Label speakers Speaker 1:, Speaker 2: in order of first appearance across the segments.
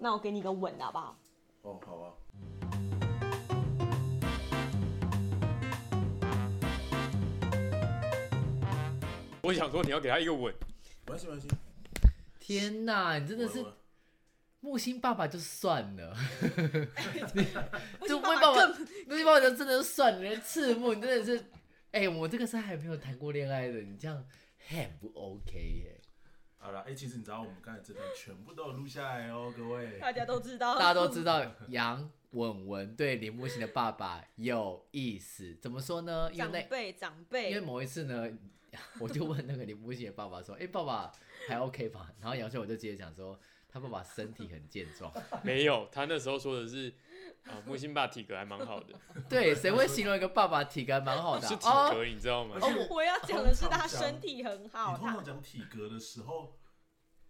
Speaker 1: 那我给你个吻好不好？
Speaker 2: 哦，好啊。
Speaker 3: 我想说你要给他一个吻，
Speaker 2: 没关系，没关系。
Speaker 4: 天哪，你真的是
Speaker 2: 我
Speaker 4: 木星爸爸就算了，
Speaker 1: 星
Speaker 4: 木
Speaker 1: 爸
Speaker 4: 星
Speaker 1: 爸
Speaker 4: 爸爸
Speaker 1: 更，
Speaker 4: 木星爸爸就真的算了，连赤木你真的是， 哎、我这个是还没有谈过恋爱的，你这样很不 OK 耶、
Speaker 2: 好了，哎、其实你知道我们刚才这段全部都有录下来哦，各位。
Speaker 1: 大家都知道，
Speaker 4: 大家都知道杨文文对林木星的爸爸有意思，怎么说呢？因
Speaker 1: 长
Speaker 4: 为
Speaker 1: 辈长
Speaker 4: 那因
Speaker 1: 辈，
Speaker 4: 为
Speaker 1: 哦
Speaker 4: 某一次呢， 我就问那个林木星的爸爸说：“哎、爸爸还 OK 吧？”然后杨秀我就直接讲说。他爸爸身体很健壮，
Speaker 3: 没有，他那时候说的是啊，木星爸体格还蛮好的，
Speaker 4: 对，谁会形容一个爸爸体格蛮好的啊、
Speaker 3: 是体
Speaker 4: 哦
Speaker 3: 格，你知道吗
Speaker 2: 而？且
Speaker 4: 哦
Speaker 1: 我要讲的是
Speaker 2: 通常
Speaker 1: 他
Speaker 2: 讲
Speaker 1: 身体很好，
Speaker 2: 你通
Speaker 1: 他
Speaker 2: 常讲体格的时候，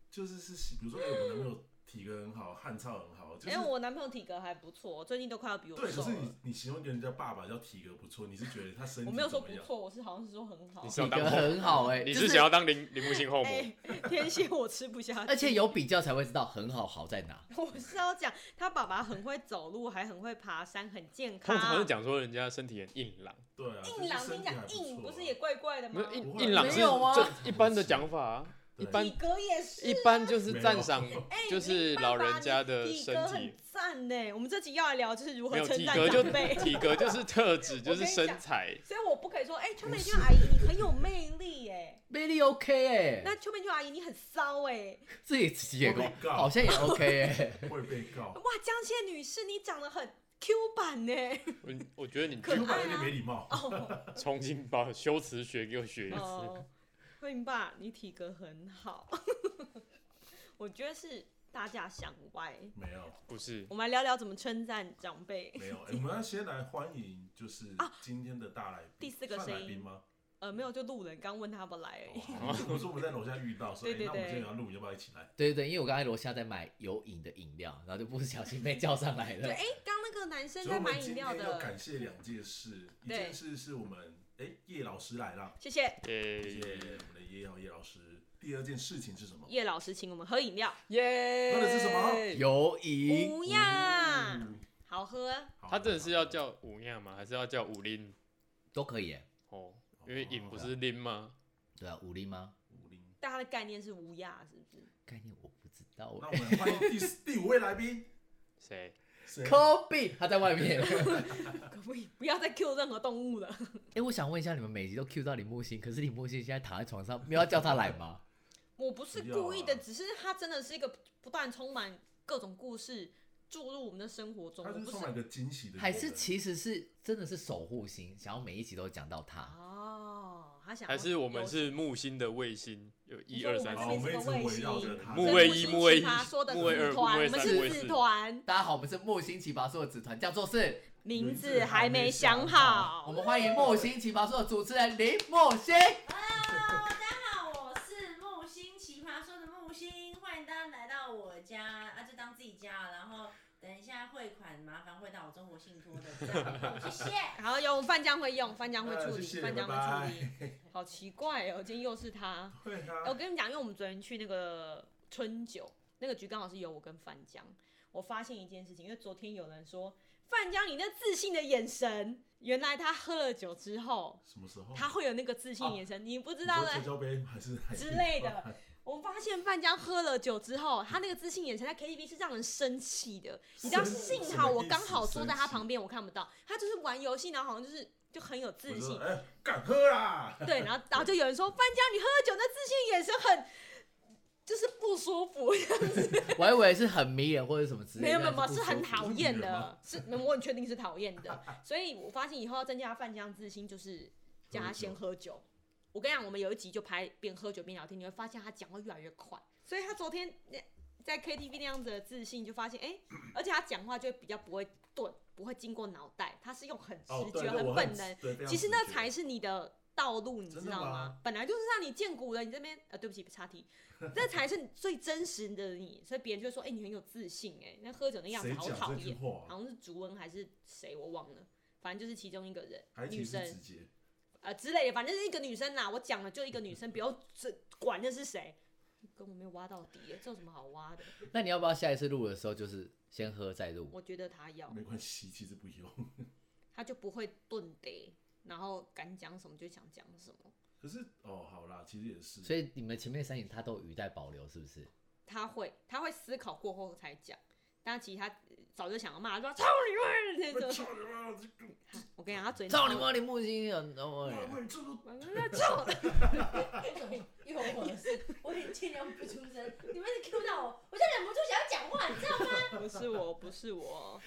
Speaker 2: 就是是，比如说，哎、我男朋友体格很好，汗臭很好，就是
Speaker 1: 因为哎我男朋友体格还不错，最近都快要比我
Speaker 2: 对。可
Speaker 1: 瘦
Speaker 2: 是
Speaker 1: 了
Speaker 2: 你。你形容一个人家爸爸叫体格不错，你是觉得他身体
Speaker 1: 我没有说
Speaker 2: 怎
Speaker 1: 不
Speaker 2: 么样，
Speaker 1: 错，我是好像是说很好
Speaker 3: 你。是要
Speaker 4: 体
Speaker 3: 当
Speaker 4: 格
Speaker 3: 后，
Speaker 4: 很好哎、
Speaker 3: 你
Speaker 4: 就是
Speaker 3: 想要当林林木星后母？
Speaker 1: 哎、天蝎我吃不下去，
Speaker 4: 而且有比较才会知道很好好在哪。
Speaker 1: 我是要讲他爸爸很会走路，还很会爬山，很健
Speaker 3: 通
Speaker 1: 康。
Speaker 3: 常是讲说人家身体很硬朗，
Speaker 2: 对啊，
Speaker 1: 硬朗，听讲硬不是
Speaker 2: 啊
Speaker 1: 也怪怪的
Speaker 3: 没
Speaker 1: 吗
Speaker 3: 有？硬
Speaker 2: 不会
Speaker 3: 硬朗
Speaker 4: 没
Speaker 3: 是
Speaker 4: 有啊
Speaker 3: 这一般的讲法啊，一
Speaker 2: 对
Speaker 3: 般
Speaker 1: 体格也是，
Speaker 3: 一般就是赞赏
Speaker 2: 没有，
Speaker 1: 哎
Speaker 3: 就是老人家的
Speaker 1: 体
Speaker 3: 身
Speaker 1: 格
Speaker 3: 体
Speaker 1: 很，赞呢。我们这集要来聊就是如何
Speaker 3: 没有
Speaker 1: 称
Speaker 3: 体
Speaker 1: 赞
Speaker 3: 格就
Speaker 1: 长辈，
Speaker 3: 体格就是特质，就
Speaker 1: 我跟
Speaker 3: 是
Speaker 1: 你
Speaker 3: 身
Speaker 1: 讲
Speaker 3: 材。
Speaker 1: 所以我不可以说，哎、邱美君阿姨你很有魅力哎，
Speaker 4: 魅力 OK 哎、
Speaker 1: 那邱美君阿姨你很骚哎，
Speaker 4: 自己自己也跟我
Speaker 2: 我被告
Speaker 4: 好像也 OK 哎、
Speaker 2: 会被告
Speaker 1: 哇，江倩女士你长得很 Q 版呢。
Speaker 3: 我我觉得你
Speaker 1: 可
Speaker 2: ，Q
Speaker 1: 爱啊
Speaker 2: 版有点没礼貌。
Speaker 1: 哦
Speaker 3: 重新把修辞学给我学一次。
Speaker 1: 哦，慧明爸你体格很好， 我觉得是大家想歪。
Speaker 2: 没有，
Speaker 3: 不是，
Speaker 1: 我们来聊聊怎么称赞长辈。
Speaker 2: 没有。哎我们要先来欢迎，就是
Speaker 1: 啊
Speaker 2: 今天的大来宾，
Speaker 1: 第四个
Speaker 2: 算
Speaker 1: 声
Speaker 2: 来
Speaker 1: 音
Speaker 2: 宾 吗？
Speaker 1: 呃，没有，就路人刚问他要不要来而已。
Speaker 2: 哦好我说我们在楼下遇到，说哎、
Speaker 1: 对对
Speaker 2: 那我们
Speaker 1: 对
Speaker 2: 今天要录，要不要一起来？
Speaker 4: 对对对，因为我刚才楼下在买有饮的饮料，然后就不小心被叫上来
Speaker 1: 对，
Speaker 4: 了。
Speaker 1: 哎，刚那个男生
Speaker 2: 所以
Speaker 1: 在
Speaker 2: 我
Speaker 1: 买
Speaker 2: 们
Speaker 1: 饮
Speaker 2: 今
Speaker 1: 料
Speaker 2: 天要
Speaker 1: 的，
Speaker 2: 感谢两件事，一
Speaker 1: 对
Speaker 2: 件事是我们哎、叶老师来了，
Speaker 1: 谢谢
Speaker 3: 耶
Speaker 2: 谢谢我们的叶耀叶老师。第二件事情是什么？
Speaker 1: 叶老师请我们喝饮料，
Speaker 3: 耶
Speaker 2: 那个是什么？
Speaker 4: 有 饮
Speaker 1: 不呀，
Speaker 2: 嗯
Speaker 1: 好喝。
Speaker 2: 好
Speaker 3: 他真的是要叫五样吗？还是要叫五拎？
Speaker 4: 都可以、哎，
Speaker 3: 哦，因为饮不是拎吗？
Speaker 4: 对啊，五零吗？
Speaker 2: 武林。
Speaker 1: 但它的概念是无恙，是不是？
Speaker 4: 概念我不知道。
Speaker 2: 那我们欢迎第四第五位来宾，
Speaker 3: 谁？
Speaker 2: 谁？
Speaker 4: Kobe 他在外面。
Speaker 1: 可不可以不要再 Q 任何动物了？
Speaker 4: 哎、我想问一下，你们每集都 Q 到李木星，可是李木星现在躺在床上，没有要叫他来吗？
Speaker 1: 我不是
Speaker 2: 不要啊
Speaker 1: 故意的，只是它真的是一个不断充满各种故事注入我们的生活中。
Speaker 2: 他
Speaker 1: 我
Speaker 2: 就是
Speaker 1: 不
Speaker 2: 充
Speaker 1: 是
Speaker 2: 满一个惊喜的，
Speaker 4: 还是其实是真的是守护星，想要每一集都讲到他？
Speaker 1: 哦，他想要
Speaker 3: 还是我们
Speaker 1: 有
Speaker 3: 是木星的卫星？有一
Speaker 1: 你说
Speaker 3: 二
Speaker 1: 我
Speaker 3: 三
Speaker 1: 们
Speaker 2: 好，
Speaker 3: 四
Speaker 2: 我们一直围绕着他。
Speaker 3: 木卫一
Speaker 1: 所以
Speaker 3: 木卫一
Speaker 1: 是他说的
Speaker 3: 木卫二
Speaker 1: 子团
Speaker 3: 木卫
Speaker 1: 我们
Speaker 3: 三
Speaker 1: 是
Speaker 3: 木卫
Speaker 1: 子
Speaker 3: 四
Speaker 1: 团，
Speaker 4: 大家好，我们是木星奇葩说的子团，叫做是，
Speaker 1: 名字还没想好。
Speaker 4: 我们欢迎木星奇葩说的主持人林木星。
Speaker 5: Hello，大家好，我是木星奇葩说的木星，欢迎大家来到我家啊，就当自己家，然后等一下汇款，麻烦汇到我中国信托的账 户，谢谢。
Speaker 1: 然后有范江会用，范江会处
Speaker 2: 呃
Speaker 1: 理，
Speaker 2: 谢谢
Speaker 1: 范江
Speaker 2: 拜
Speaker 1: 会处理。好奇怪哦，今天又是他。哎
Speaker 2: 对啊
Speaker 1: 我，跟你讲，因为我们昨天去那个春酒，那个局刚好是有我跟范江。我发现一件事情，因为昨天有人说范江你那自信的眼神，原来他喝了酒之后，
Speaker 2: 什么时候？
Speaker 1: 他会有那个自信的眼神，你不知道
Speaker 2: 哦你说
Speaker 1: 嘞
Speaker 2: 社。交杯还是
Speaker 1: 之
Speaker 2: 哦
Speaker 1: 类 的。我发现范江喝了酒之后，他那个自信眼神在 KTV 是让人生气的。你知道，
Speaker 2: 生
Speaker 1: 幸
Speaker 2: 什
Speaker 1: 好
Speaker 2: 么
Speaker 1: 我
Speaker 2: 意
Speaker 1: 刚
Speaker 2: 思
Speaker 1: 好坐在他
Speaker 2: 生气
Speaker 1: 旁边，我看不到。他就是玩游戏，然后好像就是就很有自
Speaker 2: 我说
Speaker 1: 信，
Speaker 2: 哎，敢喝啊啦！
Speaker 1: 对，然后然后就有人说范江，你喝了酒那自信眼神很就是不舒服，
Speaker 4: 我还以为是很迷人或者什么之类
Speaker 1: 没有
Speaker 4: 的，
Speaker 1: 没有没有，
Speaker 4: 但
Speaker 1: 是
Speaker 4: 不
Speaker 1: 很
Speaker 4: 舒服
Speaker 1: 讨厌
Speaker 2: 是女人
Speaker 1: 的
Speaker 2: 吗，
Speaker 1: 是我很确定是讨厌的。所以我发现以后要增加范江自信，就是叫他先喝酒。我跟你讲，我们有一集就拍边喝酒边聊天，你会发现他讲话越来越快。所以他昨天那在 KTV 那样子的自信，就发现哎、而且他讲话就比较不会顿，不会经过脑袋，他是用很
Speaker 2: 哦
Speaker 1: 直，
Speaker 2: 对
Speaker 1: 觉、
Speaker 2: 对，我
Speaker 1: 本能。
Speaker 2: 对非常
Speaker 1: 其实那
Speaker 2: 直觉
Speaker 1: 才是你的道路，你
Speaker 2: 真的
Speaker 1: 知道吗
Speaker 2: 吗？
Speaker 1: 本来就是让你见骨的，你这边呃，对不起，岔题，这才是你最真实的你，所以别人就会说，哎、你很有自信、哎，那喝酒那样子
Speaker 2: 谁
Speaker 1: 好
Speaker 2: 讲
Speaker 1: 讨
Speaker 2: 这句
Speaker 1: 厌，
Speaker 2: 话啊？
Speaker 1: 好像是竹恩还是谁，我忘了，反正就是其中一个人，
Speaker 2: 还
Speaker 1: 女
Speaker 2: 挺是
Speaker 1: 生
Speaker 2: 直接，
Speaker 1: 呃之类的，反正就是一个女生啦，我讲了就一个女生，不要这管那是谁，跟我没有挖到底耶，这有什么好挖的？
Speaker 4: 那你要不要下一次录的时候就是先喝再录？
Speaker 1: 我觉得他要，
Speaker 2: 没关系，其实不用。
Speaker 1: 他就不会顿得，然后敢讲什么就想讲什么。
Speaker 2: 可是哦，好啦，其实也是，
Speaker 4: 所以你们前面三点他都有语带保留，是不是？
Speaker 1: 他会，他会思考过后才讲，但其实他呃早就想要骂，说操你妈的那
Speaker 2: 我
Speaker 1: 种。
Speaker 2: 操你妈！这个
Speaker 1: 我跟你讲，他嘴
Speaker 4: 操你妈！你木星啊！哦
Speaker 2: 外卖这个
Speaker 1: 我要操的！
Speaker 5: 因为我是，我也尽量不出声。你们一直 Q 到我，我就忍不住想要讲话，你知道吗？
Speaker 1: 不是我，不是我。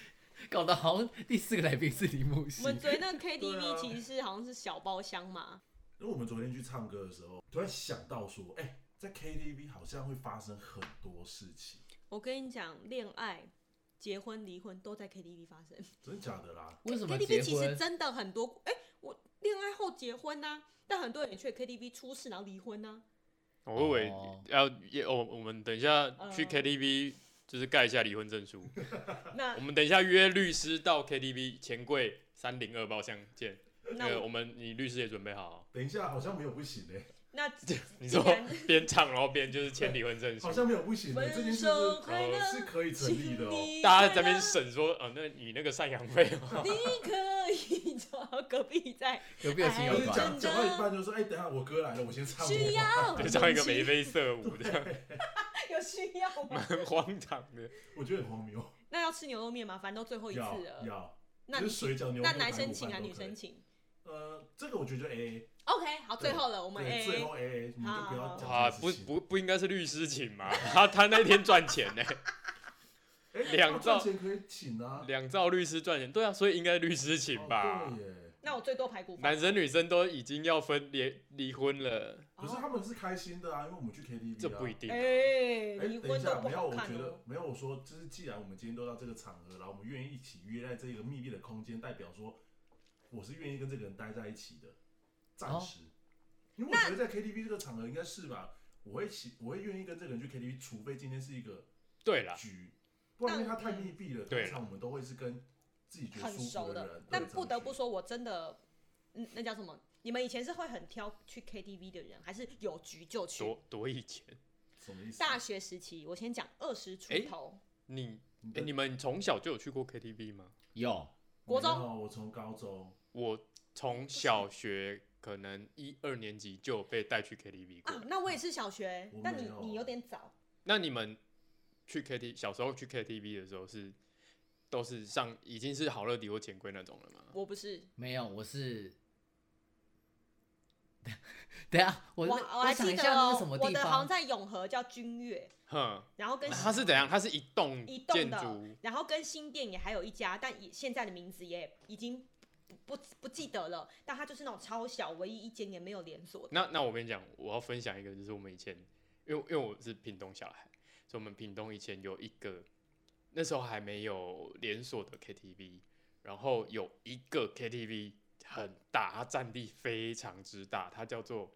Speaker 4: 搞得好像第四个来宾是李木
Speaker 1: 我
Speaker 4: 星
Speaker 1: 们。昨天那个
Speaker 2: 对
Speaker 1: KTV
Speaker 2: 啊
Speaker 1: 其实是好像是小包厢嘛，
Speaker 2: 因为我们昨天去唱歌的时候，突然想到说，哎、在 KTV 好像会发生很多事情，
Speaker 1: 我跟你讲，恋爱、结婚、离婚都在 KTV 发生。
Speaker 2: 真的假的啦？
Speaker 4: 为什么结
Speaker 1: KTV 其实
Speaker 4: 婚？
Speaker 1: 真的很多，哎、我恋爱后结婚呐、但很多人也去 KTV 出事然后离婚啊呐、
Speaker 3: 我以为
Speaker 4: 哦
Speaker 3: 要也我我们等一下去
Speaker 1: 嗯
Speaker 3: KTV 就是盖一下离婚 证书，
Speaker 1: 那
Speaker 3: 我们等一下约律师到 KTV 钱柜三零二包厢见。那
Speaker 1: 那
Speaker 3: 个
Speaker 1: 我
Speaker 3: 我们你律师也准备好啊，
Speaker 2: 等一下，好像没有不行哎、
Speaker 1: 那
Speaker 3: 你
Speaker 1: 既
Speaker 3: 说
Speaker 1: 然
Speaker 3: 边唱然后边就是签离婚证书
Speaker 2: 好，像没有不行哎、这件
Speaker 1: 分
Speaker 2: 事
Speaker 1: 手
Speaker 2: 是
Speaker 1: 快乐，
Speaker 2: 是可以成立的哦、
Speaker 3: 大家在那边审说，啊，那你那个赡养费哦，
Speaker 1: 你可以找隔壁在
Speaker 4: 有没有亲
Speaker 2: 就
Speaker 4: 有
Speaker 2: 是
Speaker 4: 关？
Speaker 2: 讲讲到一半就说，哎、等一下我歌来了，我先唱。
Speaker 1: 需 要
Speaker 3: 就唱一个眉飞色舞这样，
Speaker 1: 有需要 吗？
Speaker 3: 蛮荒唐的。
Speaker 2: 我觉得很荒谬。
Speaker 1: 那要吃牛肉面吗？反正都最后一次
Speaker 2: 要
Speaker 1: 了，
Speaker 2: 要，
Speaker 1: 那
Speaker 2: 就是水饺牛肉
Speaker 1: 那
Speaker 2: 面
Speaker 1: 男生
Speaker 2: 排骨
Speaker 1: 请
Speaker 2: 饭
Speaker 1: 啊，
Speaker 2: 都
Speaker 1: 女
Speaker 2: 可以
Speaker 1: 生请
Speaker 2: 呃，这个我觉得就 A
Speaker 1: ？OK，好，最后了，我
Speaker 2: A，
Speaker 1: 们哎
Speaker 2: 对，最
Speaker 1: A
Speaker 2: 后 A A，你们就不要
Speaker 1: 好
Speaker 2: 讲
Speaker 3: 哇，
Speaker 2: 这
Speaker 3: 啊不
Speaker 2: 件事情
Speaker 3: 不不应该是律师请吗？他他那天赚钱呢，
Speaker 2: 哎
Speaker 3: 两
Speaker 2: 那
Speaker 3: 兆
Speaker 2: 赚钱可以请啊，
Speaker 3: 两兆律师赚钱，对啊，所以应该律师 请
Speaker 2: 哦
Speaker 3: 吧。
Speaker 2: 对耶，
Speaker 1: 那我最多排骨饭
Speaker 3: 男。生女生都已经要分离离婚了，
Speaker 1: 哦
Speaker 2: 可是他们是开心的啊，因为我们去 K T V 啊。
Speaker 3: 这不一定啊、
Speaker 1: 哎，
Speaker 2: 哎
Speaker 1: 离
Speaker 2: 等
Speaker 1: 婚
Speaker 2: 一
Speaker 1: 都
Speaker 2: 下，
Speaker 1: 不
Speaker 2: 没有，
Speaker 1: 好
Speaker 2: 我
Speaker 1: 看
Speaker 2: 觉
Speaker 1: 哦
Speaker 2: 得。没有。我说，就是既然我们今天都到这个场合，然后我们愿意一起约在这个密闭的空间，代表说我是愿意跟这个人待在一起的，暂时。
Speaker 3: 哦
Speaker 2: 因为我觉得在 KTV 这个场合应该是吧，我会喜，我会愿意跟这个人去 KTV，除非今天是一个
Speaker 3: 对啦，
Speaker 2: 局，不然因为他太
Speaker 1: 嗯
Speaker 2: 密闭了，
Speaker 3: 对
Speaker 2: 通常我们都会是跟自己觉得
Speaker 1: 很
Speaker 2: 舒服
Speaker 1: 熟
Speaker 2: 人
Speaker 1: 的。，
Speaker 2: 对
Speaker 1: 但不得不
Speaker 2: 这样去
Speaker 1: 说，我真的，嗯，那叫什么？你们以前是会很挑去 KTV 的人，还是有局就去？
Speaker 3: 多多以前，
Speaker 2: 什么意思？
Speaker 1: 大学时期，我先讲二十出
Speaker 3: 哎
Speaker 1: 头，
Speaker 3: 你哎、
Speaker 2: 的
Speaker 3: 你们从小就有去过 KTV 吗？
Speaker 4: 有，
Speaker 1: 国中
Speaker 2: 没有我从高中
Speaker 3: 我从小学可能一二年级就有被带去 KTV 过。
Speaker 1: 啊，那我也是小学
Speaker 2: 我，
Speaker 1: 但
Speaker 2: 没
Speaker 1: 你
Speaker 2: 有啊
Speaker 1: 你有点早，
Speaker 3: 那你们去 KT 小时候去 KTV 的时候是都是上已经是好乐迪或钱柜那种了吗？
Speaker 1: 我不是，
Speaker 4: 没有，我是。 等一下，我
Speaker 1: 我
Speaker 4: 我
Speaker 1: 还
Speaker 4: 想
Speaker 1: 记
Speaker 4: 一
Speaker 1: 得
Speaker 4: 下那
Speaker 1: 哦
Speaker 4: 个什么，
Speaker 1: 我
Speaker 4: 地
Speaker 1: 的好像
Speaker 4: 方，
Speaker 1: 在永和叫君悦，
Speaker 3: 哼，
Speaker 1: 然后跟
Speaker 3: 啊它是怎样？它是一栋
Speaker 1: 一栋
Speaker 3: 建
Speaker 1: 的
Speaker 3: 筑，
Speaker 1: 然后跟新店也还有一家，但也现在的名字也已经不不不记得了，但它就是那种超小，唯一一间也没有连锁的。
Speaker 3: 那那我跟你讲，我要分享一个，就是我们以前，因为因为我是屏东小孩，所以我们屏东以前有一个，那时候还没有连锁的 KTV，然后有一个 KTV 很大，它占地非常之大，它叫做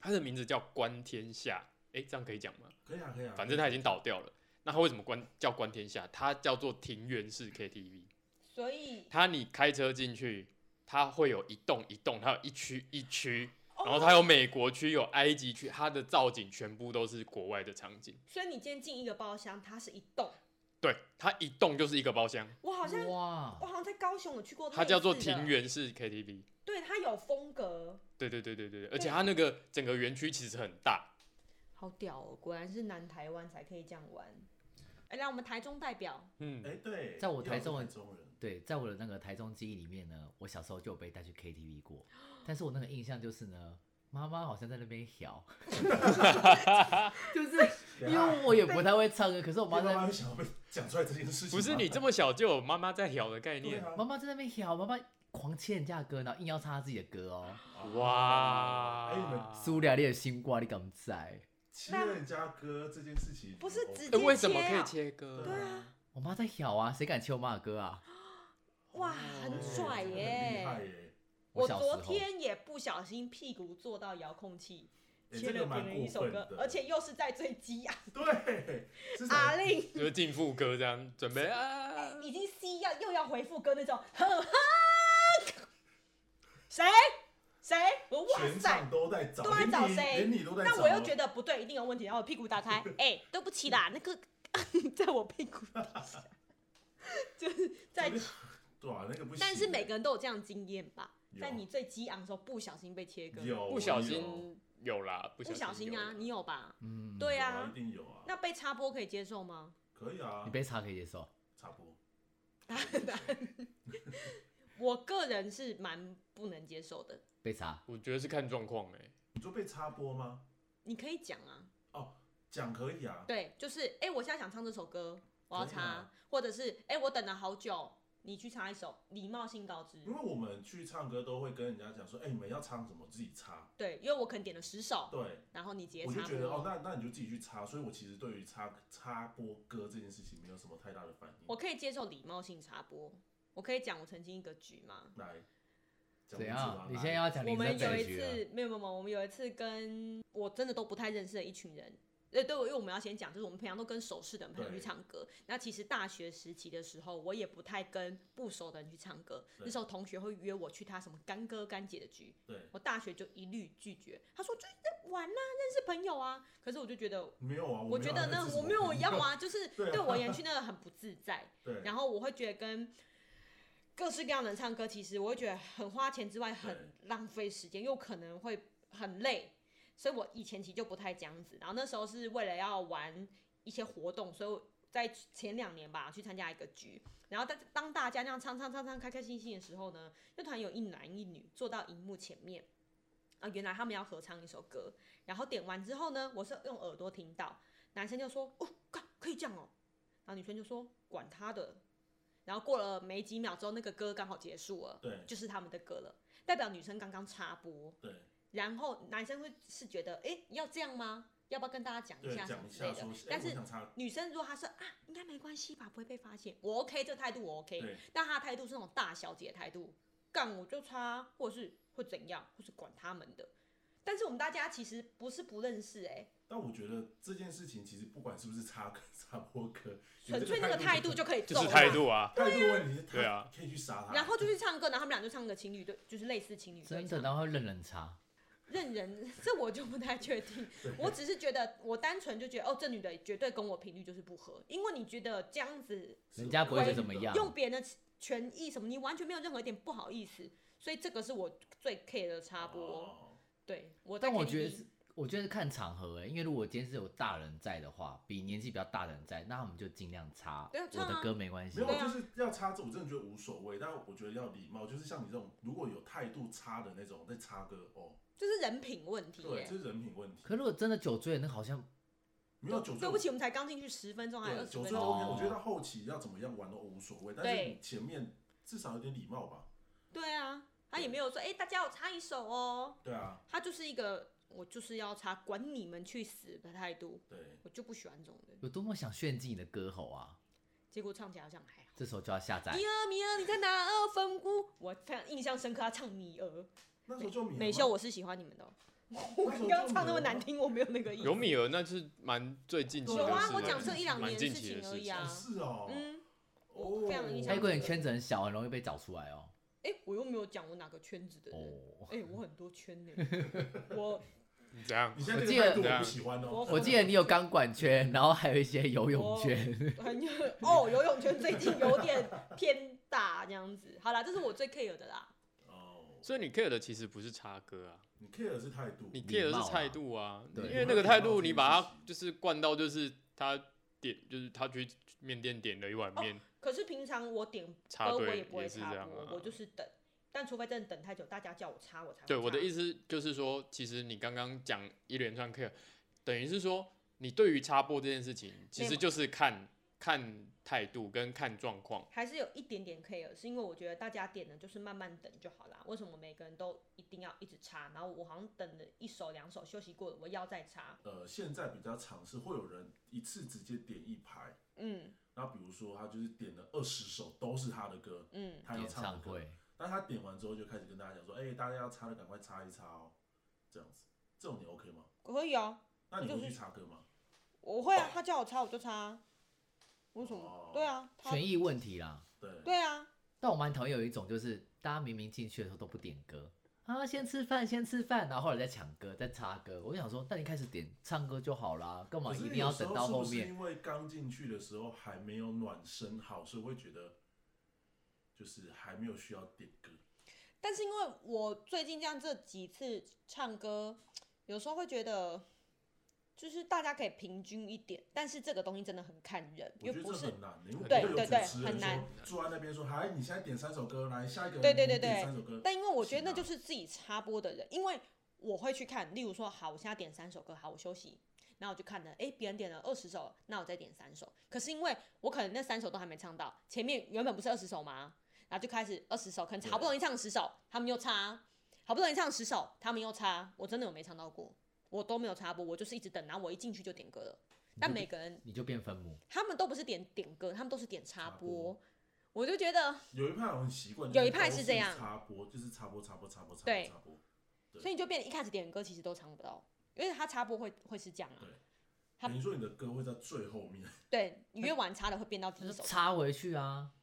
Speaker 3: 它的名字叫观天下，诶，这样可以讲吗？
Speaker 2: 可以啊，可以啊，
Speaker 3: 反正它已经倒掉了。那它为什么关叫观天下？它叫做庭园式 KTV。
Speaker 1: 所以
Speaker 3: 它你开车进去，它会有一栋一栋，它有一区一区，
Speaker 1: 哦
Speaker 3: 然后它有美国区，有埃及区，它的造景全部都是国外的场景。
Speaker 1: 所以你今天进一个包厢，它是一栋。
Speaker 3: 对，它一栋就是一个包厢，
Speaker 1: 我好像
Speaker 4: 哇
Speaker 1: 我，好像在高雄有去过类似的，
Speaker 3: 它叫做庭园式 KTV。
Speaker 1: 对，它有风格，
Speaker 3: 对对对对对对，而且它那个整个园区其实很大。
Speaker 1: 好屌哦！果然是南台湾才可以这样玩。哎，来，我们台中代表，
Speaker 3: 嗯，
Speaker 2: 哎对，
Speaker 4: 在我
Speaker 2: 要
Speaker 4: 台中啊
Speaker 2: 是
Speaker 4: 人
Speaker 2: 台中人，
Speaker 4: 对，在我的那个台中记忆里面呢，我小时候就有被带去 KTV 过，但是我那个印象就是呢，妈妈好像在那边 摇，就是因
Speaker 2: 啊
Speaker 4: 为我也不太会唱歌，可是我妈
Speaker 2: 妈
Speaker 4: 在
Speaker 2: 妈会
Speaker 4: 那边
Speaker 2: 想要被讲出来这件事情吗，
Speaker 3: 不是你这么小就有妈妈在聊的概
Speaker 2: 对
Speaker 3: 念，
Speaker 2: 啊，
Speaker 4: 妈妈在那边摇，妈妈狂切人家的歌，然后硬要唱她自己的歌哦，
Speaker 3: 哇！
Speaker 2: 啊哎你们
Speaker 4: 苏俩你的心挂你敢在？
Speaker 2: 切人家歌这件事情，哦
Speaker 1: 不是直
Speaker 3: 哎
Speaker 1: 接
Speaker 3: 为什么
Speaker 1: 切
Speaker 3: 可以
Speaker 1: 啊
Speaker 3: 切歌？
Speaker 2: 对
Speaker 1: 啊，
Speaker 4: 我妈在摇啊，谁敢切我妈的歌啊？
Speaker 1: 哇，
Speaker 2: 哦
Speaker 1: 很拽
Speaker 2: 这个很厉害
Speaker 1: 耶！
Speaker 2: 耶，
Speaker 1: 我
Speaker 4: 小时
Speaker 1: 昨
Speaker 4: 候，
Speaker 1: 天也不小心屁股坐到遥控器，
Speaker 2: 哎
Speaker 1: 切
Speaker 2: 这
Speaker 1: 了别
Speaker 2: 个蛮
Speaker 1: 人一
Speaker 2: 过
Speaker 1: 首
Speaker 2: 分
Speaker 1: 歌
Speaker 2: 的，，
Speaker 1: 而且啊又是在最激 昂
Speaker 2: 对，是什么
Speaker 1: 阿令
Speaker 3: 就是进副歌这样，准备啊。
Speaker 1: 已经 C 要又要回复歌那种，哼哼，谁谁？我哇
Speaker 2: 全
Speaker 1: 塞，
Speaker 2: 场都在找，
Speaker 1: 都在
Speaker 2: 连
Speaker 1: 找
Speaker 2: 你
Speaker 1: 谁
Speaker 2: 连你都在找。
Speaker 1: 但我又觉得不对，一定有问题。然后我屁股打 开，哎、对不起
Speaker 2: 嗯
Speaker 1: 啦，那个 在我屁股底下，就是在。
Speaker 2: 对啊，那个不行。
Speaker 1: 但是每个人都有这样的经验吧？
Speaker 2: 有
Speaker 1: 在你最激昂的时候不小心被切割，
Speaker 2: 有啊
Speaker 3: 不小
Speaker 2: 有
Speaker 3: 心有啦，不
Speaker 1: 不小心
Speaker 3: 有
Speaker 1: 啊，
Speaker 3: 啦
Speaker 1: 你有吧？
Speaker 4: 嗯，
Speaker 1: 对
Speaker 2: 有
Speaker 1: 啊
Speaker 2: 一定有啊，
Speaker 1: 那被插播可以接受吗？
Speaker 2: 可以啊
Speaker 4: 你，被查可以接受，
Speaker 2: 差不多。
Speaker 1: 我个人是蛮不能接受的。
Speaker 4: 被查
Speaker 3: 我觉得是看状况哎，
Speaker 2: 你说被插播吗？
Speaker 1: 你可以讲啊，
Speaker 2: 讲可以啊，
Speaker 1: 对，就是哎、我现在想唱这首歌，我要
Speaker 2: 可以
Speaker 1: 插，
Speaker 2: 啊
Speaker 1: 或者是哎、我等了好久，你去插一首，礼貌性告知。
Speaker 2: 因为我们去唱歌都会跟人家讲说，哎、你们要唱什么自己插。
Speaker 1: 对，因为我可能点了十首，
Speaker 2: 对，
Speaker 1: 然后你直接
Speaker 2: 我就
Speaker 1: 插
Speaker 2: 觉得
Speaker 1: 播
Speaker 2: 哦，那那你就自己去插。所以我其实对于插插播歌这件事情没有什么太大的反应。
Speaker 1: 我可以接受礼貌性插播，我可以讲我曾经一个局嘛。
Speaker 2: 来，讲
Speaker 4: 怎
Speaker 2: 名字吧
Speaker 4: 样？你
Speaker 2: 来
Speaker 4: 现在要讲
Speaker 1: 我
Speaker 4: 林
Speaker 1: 们
Speaker 4: 森
Speaker 1: 有
Speaker 4: 北
Speaker 1: 一
Speaker 4: 局了？
Speaker 1: 次没有没有，没有我们有一次跟我真的都不太认识的一群人，呃，对，因为我们要先讲，就是我们平常都跟熟识的人朋友去
Speaker 2: 对
Speaker 1: 唱歌。那其实大学时期的时候，我也不太跟不熟的人去唱歌。
Speaker 2: 对
Speaker 1: 那时候同学会约我去他什么干哥干姐的局，
Speaker 2: 对，
Speaker 1: 我大学就一律拒绝。他说就是在玩啦、啊认识朋友啊。可是我就觉得，
Speaker 2: 没有啊，
Speaker 1: 我
Speaker 2: 没
Speaker 1: 觉
Speaker 2: 有
Speaker 1: 得
Speaker 2: 要
Speaker 1: 那
Speaker 2: 认识
Speaker 1: 我
Speaker 2: 什
Speaker 1: 没有
Speaker 2: 么
Speaker 1: 要啊，就是
Speaker 2: 对啊
Speaker 1: 对我而言去那个很不自在。
Speaker 2: 对，
Speaker 1: 然后我会觉得跟各式各样的人唱歌，其实我会觉得很花钱之外，很浪费时间，又可能会很累，所以我以前其实就不太这样子。然后那时候是为了要玩一些活动，所以我在前两年吧去参加一个局，然后当当大家那样唱唱唱唱开开心心的时候呢，就突然有一男一女坐到荧幕前面。啊，原来他们要合唱一首歌，然后点完之后呢，我是用耳朵听到，男生就说：“哦，干可以这样哦。”然后女生就说：“管他的。”然后过了没几秒之后，那个歌刚好结束了，
Speaker 2: 对
Speaker 1: 就是他们的歌了，代表女生刚刚插播，
Speaker 2: 对
Speaker 1: 然后男生会是觉得：“哎，要这样吗？要不要跟大家讲一
Speaker 2: 对，
Speaker 1: 下什
Speaker 2: 讲
Speaker 1: 么
Speaker 2: 一
Speaker 1: 之类
Speaker 2: 下
Speaker 1: 的
Speaker 2: 说，？”哎、
Speaker 1: 但
Speaker 2: 我
Speaker 1: 是
Speaker 2: 想插，
Speaker 1: 女生如果她说：“啊，应该没关系吧，不会被发现。”我 OK，这态度我 OK。
Speaker 2: 对
Speaker 1: 但他的态度是那种大小姐的态度，干我就插，或者是会怎样，或是管他们的。但是我们大家其实不是不认识、欸，
Speaker 2: 但我觉得这件事情其实不管是不是插歌插播歌，你
Speaker 1: 纯
Speaker 2: 这
Speaker 1: 粹那个态度就可以
Speaker 3: 就
Speaker 1: 走
Speaker 3: 是
Speaker 1: 了。
Speaker 3: 态度啊，
Speaker 2: 态度问题，
Speaker 3: 对啊，
Speaker 2: 可以去杀他。
Speaker 1: 然后就去唱歌，然后他们俩就唱个情侣对，就是类似情侣对
Speaker 4: 真的，
Speaker 1: 唱
Speaker 4: 然后认人查，
Speaker 1: 认人， 这我就不太确定。我只是觉得，我单纯就觉得，哦，这女的绝对跟我频率就是不合，因为你觉得这样子
Speaker 4: 人家不会
Speaker 1: 觉得
Speaker 4: 怎么样
Speaker 1: 用别人的权益什么，你完全没有任何一点不好意思，所以这个是我最 care 的插播。
Speaker 2: 哦
Speaker 1: 对我在
Speaker 4: 但
Speaker 1: KTV，
Speaker 4: 我觉得是，我觉得是看场合哎、因为如果今天是有大人在的话，比年纪比较大的人在，那我们就尽量插。
Speaker 1: 对啊
Speaker 4: 我
Speaker 1: 唱
Speaker 4: 的
Speaker 1: 啊
Speaker 4: 歌没关系
Speaker 2: 没有，，
Speaker 1: 对啊
Speaker 2: 就是要插这，我真的觉得无所谓。但我觉得要礼貌，就是像你这种如果有态度差的那种，在插歌哦，
Speaker 1: 就是人品问题
Speaker 2: 对，
Speaker 1: 耶。
Speaker 2: 这是人品问题。
Speaker 4: 可如果真的酒醉了，那好像
Speaker 2: 没有酒醉，
Speaker 1: 对不起，我们才刚进去十分钟还是
Speaker 2: 对
Speaker 1: 二十
Speaker 2: 酒
Speaker 1: 分
Speaker 2: 醉都
Speaker 1: 钟？
Speaker 2: OK。
Speaker 4: 哦
Speaker 2: 我觉得到后期要怎么样玩都无所谓，但是
Speaker 1: 对
Speaker 2: 你前面至少有点礼貌吧。
Speaker 1: 对啊，他也没有说，哎、大家我插一首哦，
Speaker 2: 对啊，
Speaker 1: 他就是一个我就是要插，管你们去死的态度，
Speaker 2: 对，
Speaker 1: 我就不喜欢这种人。
Speaker 4: 有多么想炫技你的歌喉啊，
Speaker 1: 结果唱起来好像还好。
Speaker 4: 这时候就要下载
Speaker 1: 米。儿，米儿，你在哪儿分菇？我非常印象深刻，他唱米儿。
Speaker 2: 那时候就米
Speaker 1: 美秀，我是喜欢你们 的哦、
Speaker 2: 我
Speaker 1: 你刚刚唱那么难，听，我没有那个意思
Speaker 3: 有。米儿那是蛮最近期的
Speaker 1: 有
Speaker 3: 事
Speaker 1: 啊
Speaker 3: 了，，
Speaker 1: 我讲这一两
Speaker 3: 蛮
Speaker 1: 年
Speaker 3: 近
Speaker 1: 事
Speaker 3: 期的
Speaker 1: 情而
Speaker 3: 事
Speaker 1: 已
Speaker 3: 情。
Speaker 1: 啊
Speaker 2: 哦。是哦，
Speaker 1: 嗯，
Speaker 2: 哦，
Speaker 1: 我非常印象深
Speaker 4: 哎，如
Speaker 1: 刻
Speaker 4: 果你圈子很小，很容易被找出来哦。
Speaker 1: 哎、我又没有讲我哪个圈子的人。
Speaker 4: 哦，
Speaker 1: 哎、我很多圈 呢、我
Speaker 3: 你嗯怎样
Speaker 2: 你？现在这
Speaker 4: 我记
Speaker 2: 个态
Speaker 4: 得
Speaker 2: 度我不喜欢哦。
Speaker 1: 我
Speaker 4: 我记得你有钢管圈，然后还有一些游
Speaker 1: 哦
Speaker 4: 泳圈。
Speaker 1: 很有哦，游泳圈最近有点偏大这样子。好啦，这是我最 care 的啦。
Speaker 2: 哦，
Speaker 3: 所以你 care 的其实不是插歌啊，
Speaker 2: 你 care 的是态度，
Speaker 3: 你
Speaker 4: 礼
Speaker 3: care 的
Speaker 4: 貌
Speaker 3: 是
Speaker 4: 啊
Speaker 3: 态度啊，
Speaker 4: 对
Speaker 3: 因为那个态度你把它就是灌到就是他点就是他去面店点了一碗面，
Speaker 1: 可是平常我点
Speaker 3: 插
Speaker 1: 歌哦我
Speaker 3: 队
Speaker 1: 也不会
Speaker 3: 是这
Speaker 1: 插
Speaker 3: 样
Speaker 1: 播，
Speaker 3: 啊
Speaker 1: 我。就是等。但除非真的等太久，大家叫我插，我才会
Speaker 3: 对，我的
Speaker 1: 插
Speaker 3: 意思就是说，其实你刚刚讲一连串 care，等于是说你对于插播这件事情，其
Speaker 1: 没
Speaker 3: 实
Speaker 1: 有
Speaker 3: 就是看看态度跟看状况。
Speaker 1: 还是有一点点 care，是因为我觉得大家点的就是慢慢等就好啦。为什么每个人都一定要一直插？然后我好像等了一首两首休息过了，我要再插。
Speaker 2: 呃，现在比较常是会有人一次直接点一排，
Speaker 1: 嗯
Speaker 2: 然后比如说他就是点了二十首都是他的歌，
Speaker 1: 嗯，
Speaker 2: 他要
Speaker 4: 演
Speaker 2: 唱
Speaker 4: 唱
Speaker 2: 的歌，
Speaker 4: 会，
Speaker 2: 但他点完之后就开始跟大家讲说，哎、大家要插的赶快插一插哦，这样子，这种你 OK 吗？
Speaker 1: 可以啊，
Speaker 2: 那你
Speaker 1: 就
Speaker 2: 会
Speaker 1: 是
Speaker 2: 去插歌吗？
Speaker 1: 我会啊，他叫我插我就插啊。为什么
Speaker 2: 哦？
Speaker 1: 对啊，他
Speaker 4: 权益问题啦。
Speaker 2: 对，
Speaker 1: 对啊，
Speaker 4: 但我蛮讨厌有一种，就是大家明明进去的时候都不点歌，啊，先吃饭，先吃饭，然后后来再抢歌，再插歌。我想说，那你开始点唱歌就好啦，干嘛
Speaker 2: 可是
Speaker 4: 一定
Speaker 2: 有
Speaker 4: 要
Speaker 2: 时候
Speaker 4: 等到
Speaker 2: 是不
Speaker 4: 后
Speaker 2: 是
Speaker 4: 面？
Speaker 2: 因为刚进去的时候还没有暖身好，所以会觉得就是还没有需要点歌。
Speaker 1: 但是因为我最近这样这几次唱歌，有时候会觉得，就是大家可以平均一点，但是这个东西真的很看人，
Speaker 2: 我觉
Speaker 1: 又
Speaker 2: 得
Speaker 1: 不
Speaker 2: 这
Speaker 1: 是
Speaker 2: 很难的，因为
Speaker 3: 对
Speaker 2: 不会有
Speaker 3: 对
Speaker 2: 主
Speaker 3: 对
Speaker 2: 持人
Speaker 1: 很难
Speaker 2: 说坐在那边说，嗨，你现在点三首歌，来下一个
Speaker 1: 对
Speaker 2: 人
Speaker 1: 对
Speaker 2: 你
Speaker 1: 对对
Speaker 2: 点三首歌。
Speaker 1: 但因为我觉得
Speaker 2: 是
Speaker 1: 那
Speaker 2: 啊
Speaker 1: 就是自己插播的人，因为我会去看，例如说，好，我现在点三首歌，好，我休息，然后我就看了，诶，别人点了二十首，那我再点三首。可是因为我可能那三首都还没唱到，前面原本不是二十首吗？然后就开始二十首，可能好不容易唱十首，他们又插，好不容易唱十首，他们又插，我真的有没唱到过，我都没有插播，我就是一直等，然后我一进去就点歌了。但每个人
Speaker 4: 你就变分母，
Speaker 1: 他们都不是点点歌，他们都是点插
Speaker 2: 插
Speaker 1: 播
Speaker 2: 播，
Speaker 1: 我就觉得，
Speaker 2: 有一派我很习惯，
Speaker 1: 有一
Speaker 2: 就是
Speaker 1: 派
Speaker 2: 都
Speaker 1: 是
Speaker 2: 是
Speaker 1: 这样
Speaker 2: 插播就是插播插播插播插播
Speaker 1: 对
Speaker 2: 插播，对
Speaker 1: 所以你就变得一开始点歌其实都唱不到，因为他插播会会是这样啊。他
Speaker 2: 等于说你的歌会在最后面。
Speaker 1: 对，你越晚插的会变到第
Speaker 4: 就是
Speaker 1: 一首。
Speaker 4: 插回去啊。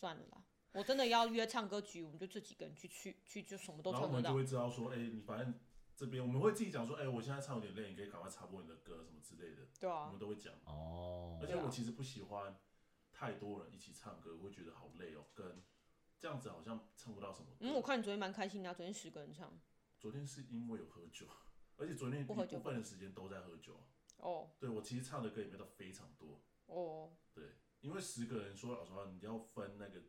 Speaker 1: 算了吧，我真的要约唱歌局，我们就这几个人去去去，就什么都
Speaker 2: 然后
Speaker 1: 唱不
Speaker 2: 我们就
Speaker 1: 到。
Speaker 2: 会知道说，哎、你反正这边我们会自己讲说，哎、我现在唱有点累，你可以赶快插播你的歌什么之类的，
Speaker 1: 对
Speaker 2: 我
Speaker 1: 啊
Speaker 2: 们，都会讲。
Speaker 4: 哦
Speaker 2: 而，且我其实不喜欢太多人一起唱歌，我会觉得好累哦，跟这样子好像唱不到什么歌。
Speaker 1: 嗯，我看你昨天蛮开心的啊、昨天十个人唱。
Speaker 2: 昨天是因为有喝酒，而且昨天一
Speaker 1: 不喝酒
Speaker 2: 部分的时间都在喝酒。啊
Speaker 1: 哦
Speaker 2: 对我其实唱的歌也没有到非常多，
Speaker 1: 哦，
Speaker 2: 对，因为十个人说老实话，你要分那个，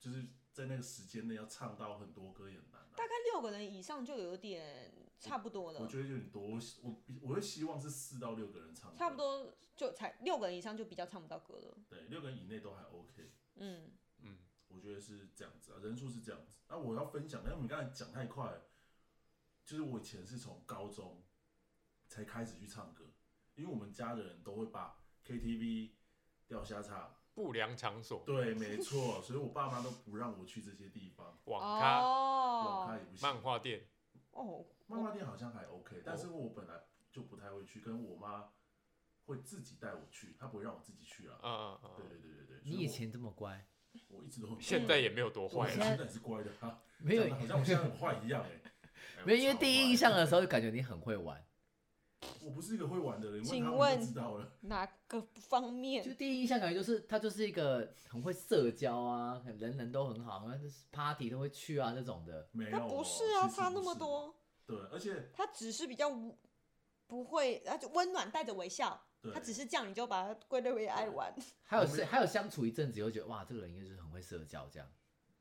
Speaker 2: 就是在那个时间内要唱到很多歌也很难、啊。
Speaker 1: 大概六个人以上就有点差不多
Speaker 2: 我
Speaker 1: 了，
Speaker 2: 觉得有点多，我我我会希望是四到六个人唱歌，
Speaker 1: 差不多就才六个人以上就比较唱不到歌了。
Speaker 2: 对，六个人以内都还 OK，
Speaker 1: 嗯，
Speaker 3: 嗯，
Speaker 2: 我觉得是这样子啊，人数是这样子。那、我要分享，因为我们刚才讲太快了，就是我以前是从高中才开始去唱歌，因为我们家的人都会把 KTV 钓虾场，
Speaker 3: 不良场所，
Speaker 2: 对，没错，所以我爸妈都不让我去这些地方，
Speaker 3: 网咖、
Speaker 2: 网
Speaker 1: 哦
Speaker 2: 咖也不行
Speaker 3: 漫，画店，
Speaker 1: 哦，
Speaker 2: 漫画店好像还
Speaker 3: 哦
Speaker 2: OK，但是我本来就不太会去，跟我妈会自己带我去，她不会让我自己去啊。
Speaker 3: 嗯嗯
Speaker 2: 对
Speaker 3: 嗯，
Speaker 2: 对对对对，
Speaker 4: 你
Speaker 2: 所我
Speaker 4: 以前这么乖，
Speaker 2: 我一直都很
Speaker 3: 现在也没有多
Speaker 2: 我
Speaker 3: 坏
Speaker 2: 现
Speaker 4: 了
Speaker 3: 啦。
Speaker 2: 在也是乖的啊。
Speaker 4: 没有
Speaker 2: 讲得好像我现 在很坏一样哎、欸。
Speaker 4: 没有，因为第一印象
Speaker 2: 的，
Speaker 4: 的时候就感觉你很会玩，
Speaker 2: 我不是一个会玩的人，
Speaker 1: 请
Speaker 2: 问他
Speaker 1: 问
Speaker 2: 们就知道了。
Speaker 1: 哪个方面
Speaker 4: 就？第一印象感觉就是他就是一个很会社交啊，很人人都很好，然后就是 party 都会去啊这种的。
Speaker 2: 没有
Speaker 1: 他
Speaker 2: 哦，
Speaker 1: 不是啊，
Speaker 2: 其实
Speaker 1: 差
Speaker 2: 不
Speaker 1: 那么
Speaker 2: 是。
Speaker 1: 多。
Speaker 2: 对，而且
Speaker 1: 他只是比较无不会，他就温暖带着微笑，
Speaker 2: 对
Speaker 1: 他只是这样，你就把它归类为爱玩。
Speaker 4: 还有
Speaker 2: 我们
Speaker 4: 是还有相处一阵子，又觉得哇，这个人应该就是很会社交这样。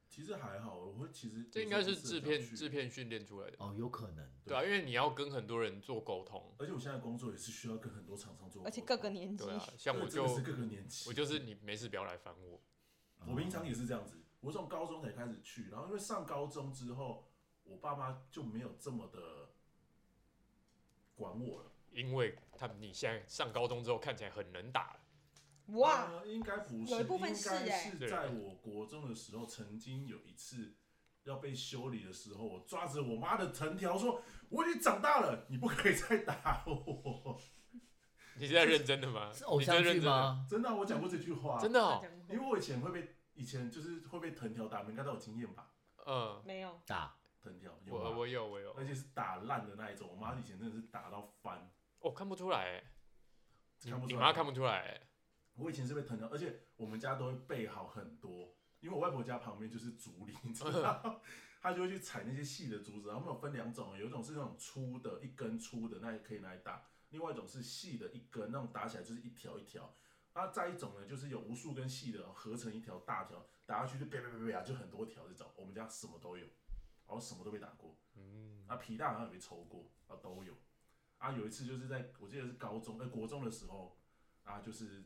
Speaker 2: 其实还好，我会其实
Speaker 3: 这应该是制片
Speaker 2: 有时候不
Speaker 3: 制
Speaker 2: 是很想去。
Speaker 3: 片训练出来的，
Speaker 4: 哦，有可能。
Speaker 3: 对啊，因为你要跟很多人做沟通，
Speaker 2: 而且我现在工作也是需要跟很多厂商做沟通，
Speaker 1: 而且各个年纪
Speaker 3: 对，啊，像我
Speaker 2: 对真的
Speaker 3: 就是
Speaker 2: 各个年纪，
Speaker 3: 我就是你没事不要来烦我，
Speaker 2: 我平常也是这样子，我从高中才开始去，然后因为上高中之后，我爸妈就没有这么的管我了。
Speaker 3: 因为他们你现在上高中之后看起来很能打了，
Speaker 1: 哇，
Speaker 2: 呃应该不是，
Speaker 1: 有一部分
Speaker 2: 应该
Speaker 1: 是欸
Speaker 2: 是在我国中的时候，曾经有一次要被修理的时候，我抓着我妈的藤条说：“我已经长大了，你不可以再打我。
Speaker 3: 你是在认真的吗？
Speaker 4: 是偶
Speaker 3: 你在
Speaker 4: 像
Speaker 3: 认
Speaker 4: 剧
Speaker 3: 真的？
Speaker 4: 吗”？
Speaker 2: 真的啊、我讲过这句话，
Speaker 3: 真的
Speaker 1: 他
Speaker 3: 哦，
Speaker 1: 讲过
Speaker 2: 因为我以前会被以前就是会被藤条打，你们应该都有经验吧？
Speaker 3: 嗯，
Speaker 1: 没有，
Speaker 4: 打
Speaker 2: 藤条有
Speaker 3: 我
Speaker 2: 吗？
Speaker 3: 我有我有，
Speaker 2: 而且是打烂的那一种，我妈以前真的是打到翻，
Speaker 3: 我看不出来欸，你
Speaker 2: 看不
Speaker 3: 你
Speaker 2: 出
Speaker 3: 妈
Speaker 2: 来。
Speaker 3: 看不出来欸，
Speaker 2: 我以前是被藤条，而且我们家都会备好很多，因为我外婆家旁边就是竹林，你知
Speaker 3: 嗯
Speaker 2: 道吗，她就会去采那些细的竹子，然后我们有分两种，啊有一种是那种粗的，一根粗的，那也可以拿来打；，另外一种是细的，一根那种打起来就是一条一条。啊，再一种呢，就是有无数根细的哦合成一条大条，打下去就啪啪啪啪，就很多条这种。我们家什么都有，然后什么都被打过。
Speaker 3: 嗯，
Speaker 2: 啊，皮带好像也没抽过，啊都有。啊，有一次就是在我记得是高中呃国中的时候，啊就是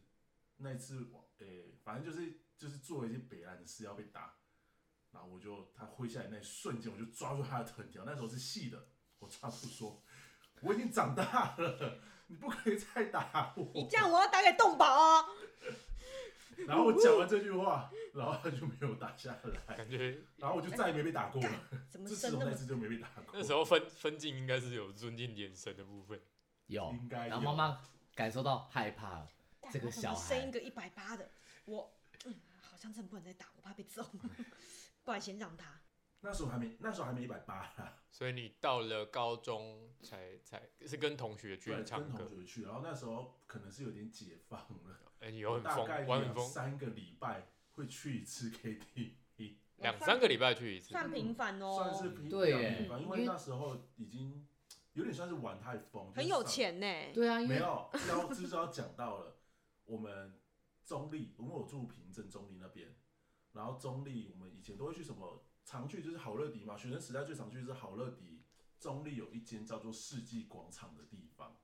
Speaker 2: 那一次我呃、反正就是就是做了一些北兰的事要被打，然后我就他挥下来那一瞬间我就抓住他的藤条，那时候是细的，我抓住说我已经长大了，你不可以再打我。
Speaker 1: 你这样我要打给动保哦。
Speaker 2: 然后我讲完这句话，然后他就没有打下来，
Speaker 3: 感觉
Speaker 2: 然后我就再也没被打过了。
Speaker 1: 怎么
Speaker 2: 自
Speaker 1: 生
Speaker 2: 从
Speaker 1: 那
Speaker 2: 那
Speaker 1: 么？
Speaker 2: 次就没被打过。
Speaker 3: 那时候分分镜应该是有尊敬眼神的部分，
Speaker 4: 有
Speaker 2: 应，该
Speaker 4: 然后
Speaker 2: 有
Speaker 4: 妈妈感受到害怕了，
Speaker 1: 干
Speaker 4: 这个
Speaker 1: 我怎么
Speaker 4: 小
Speaker 1: 生一
Speaker 4: 孩
Speaker 1: 个一百八的，我、嗯、好像真的不能再打，我怕被揍。不然先让他。
Speaker 2: 那时候还没，那时候还没一百八啦，
Speaker 3: 所以你到了高中才才是跟同学去
Speaker 2: 对，
Speaker 3: 唱
Speaker 2: 跟
Speaker 3: 歌
Speaker 2: 同，学去，然后那时候可能是有点解放了，
Speaker 3: 哎、你有很
Speaker 2: 大
Speaker 3: 疯
Speaker 2: 概，
Speaker 3: 玩很
Speaker 2: 两
Speaker 3: 疯，
Speaker 2: 三个礼拜会去一次 KTV，
Speaker 3: 两三个礼拜去一次，
Speaker 1: 算频繁哦，
Speaker 2: 算是平
Speaker 4: 对
Speaker 2: 常
Speaker 4: 耶
Speaker 2: 平凡因
Speaker 4: 因
Speaker 2: 为
Speaker 4: 为
Speaker 2: 那时候已经有点算是玩太疯，就是
Speaker 1: 很有
Speaker 2: 上
Speaker 1: 钱呢、
Speaker 4: 对啊，因
Speaker 2: 没
Speaker 4: 为
Speaker 2: 有，要就是要讲到了，我们中立，因为我住平镇中立那边，然后中立我们以前都会去什么，常去就是好乐迪嘛，学生时代最常去就是好乐迪。中立有一间叫做世纪广场的地方，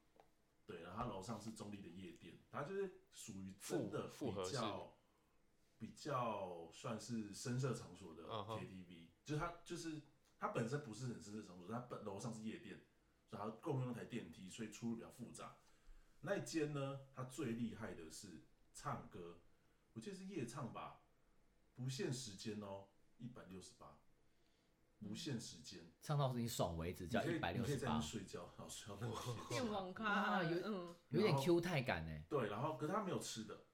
Speaker 2: 对，然后它楼上是中立的夜店，它就是属于真的
Speaker 3: 复复合
Speaker 2: 比
Speaker 3: 式
Speaker 2: 较比较算是深色场所的
Speaker 3: 嗯哼
Speaker 2: KTV，、就是它就是它本身不是很深色场所，它本楼上是夜店，然后共用那台电梯，所以出入比较复杂。那一间呢，它最厉害的是唱歌，我记得是夜唱吧，不限时间哦，一百六十八，无限时间，
Speaker 4: 唱到你爽为止，
Speaker 2: 你
Speaker 4: 只要
Speaker 2: 可以
Speaker 4: 一百
Speaker 2: 你
Speaker 4: 六
Speaker 2: 可以
Speaker 4: 十
Speaker 2: 在那
Speaker 4: 八
Speaker 2: 边，睡觉，然后睡到那个
Speaker 1: 变网咖，
Speaker 4: 哇有
Speaker 1: 嗯，
Speaker 4: 有点
Speaker 2: 然后
Speaker 4: Q 太感欸呢。
Speaker 2: 对，然后可是它没有吃的，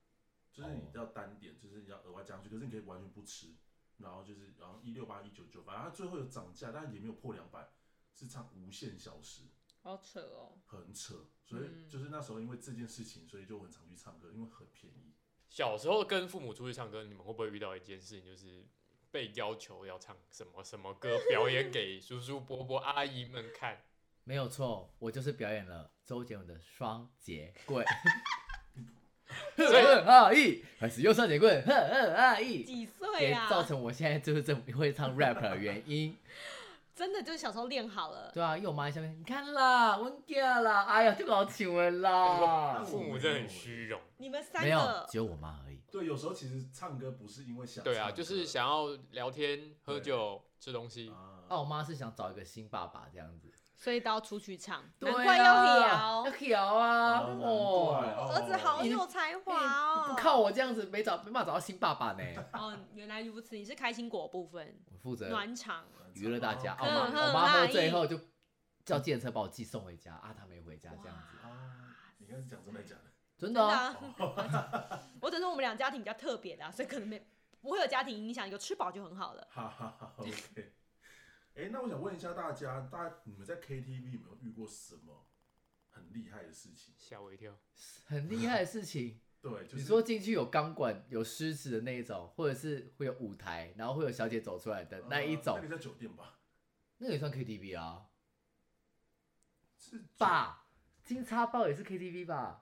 Speaker 2: 就是你
Speaker 4: 哦
Speaker 2: 要单点，就是你要额外加上去，可是你可以完全不吃。然后就是，然后一六八一九九，反正它最后有涨价，但也没有破两百，是唱无限小时，
Speaker 1: 好扯哦，
Speaker 2: 很扯。所以
Speaker 1: 嗯
Speaker 2: 就是那时候因为这件事情，所以就很常去唱歌，因为很便宜。
Speaker 3: 小时候跟父母出去唱歌，你们会不会遇到一件事情，就是被要求要唱什么什么歌，表演给叔叔、伯伯、阿姨们 看？
Speaker 4: 没有错，我就是表演了周杰伦的《双节 棍》，
Speaker 3: 所以
Speaker 4: 哼啊一开始又双节棍，哼哼啊一，
Speaker 1: 几岁
Speaker 4: 也
Speaker 1: 啊？
Speaker 4: 造成我现在就是这么会唱 rap 的原因。
Speaker 1: 真的就是小时候练好了，
Speaker 4: 对啊，因为我妈在下面，你看啦，温家啦，哎呀，就搞请了 啦。
Speaker 3: 啊父母真的很虚荣。
Speaker 1: 你们三
Speaker 4: 没有
Speaker 1: 个，
Speaker 4: 只有我妈而已。
Speaker 2: 对，有时候其实唱歌不是因为想唱歌，
Speaker 3: 对啊，就是想要聊天、喝酒、吃东西。
Speaker 2: 啊
Speaker 4: 啊，我妈是想找一个新爸爸这样子，
Speaker 1: 所以都要出去唱，
Speaker 4: 对
Speaker 1: 难
Speaker 4: 啊
Speaker 1: 怪要
Speaker 4: 要
Speaker 1: 摇。
Speaker 4: 调啊，
Speaker 2: 哦难怪
Speaker 4: 哦，
Speaker 2: 哦
Speaker 1: 儿子好有才华
Speaker 4: 哎
Speaker 1: 哦！
Speaker 4: 不靠我这样子没找没办法找到新爸爸呢。
Speaker 1: 哦，原来如此，你是开心果部分
Speaker 4: 我负责
Speaker 1: 暖场，
Speaker 4: 娱乐大家，哦
Speaker 2: 啊
Speaker 4: 我妈
Speaker 1: 嗯
Speaker 4: 我妈喝
Speaker 1: 嗯
Speaker 4: 醉后就叫计程车把我寄送回家啊，她没回家这样子，
Speaker 2: 啊！你刚才是讲真的假的？
Speaker 1: 真
Speaker 4: 真的
Speaker 1: 的
Speaker 4: 哦。
Speaker 1: 啊。我只是说我们俩家庭比较特别的啊，所以可能没不会有家庭影响，有吃饱就很好了。
Speaker 2: 哈哈哈，OK。哎、那我想问一下大家，大家你们在 KTV 有没有遇过什么很厉害的事情？
Speaker 3: 吓我一跳！
Speaker 4: 很厉害的事情。
Speaker 2: 对，就是
Speaker 4: 你说进去有钢管、有狮子的那一种，或者是会有舞台，然后会有小姐走出来的
Speaker 2: 呃
Speaker 4: 那一种
Speaker 2: 那，个在酒店吧？
Speaker 4: 那个也算 KTV 啊？
Speaker 2: 是酒，
Speaker 4: 吧，金叉包也是 KTV 吧？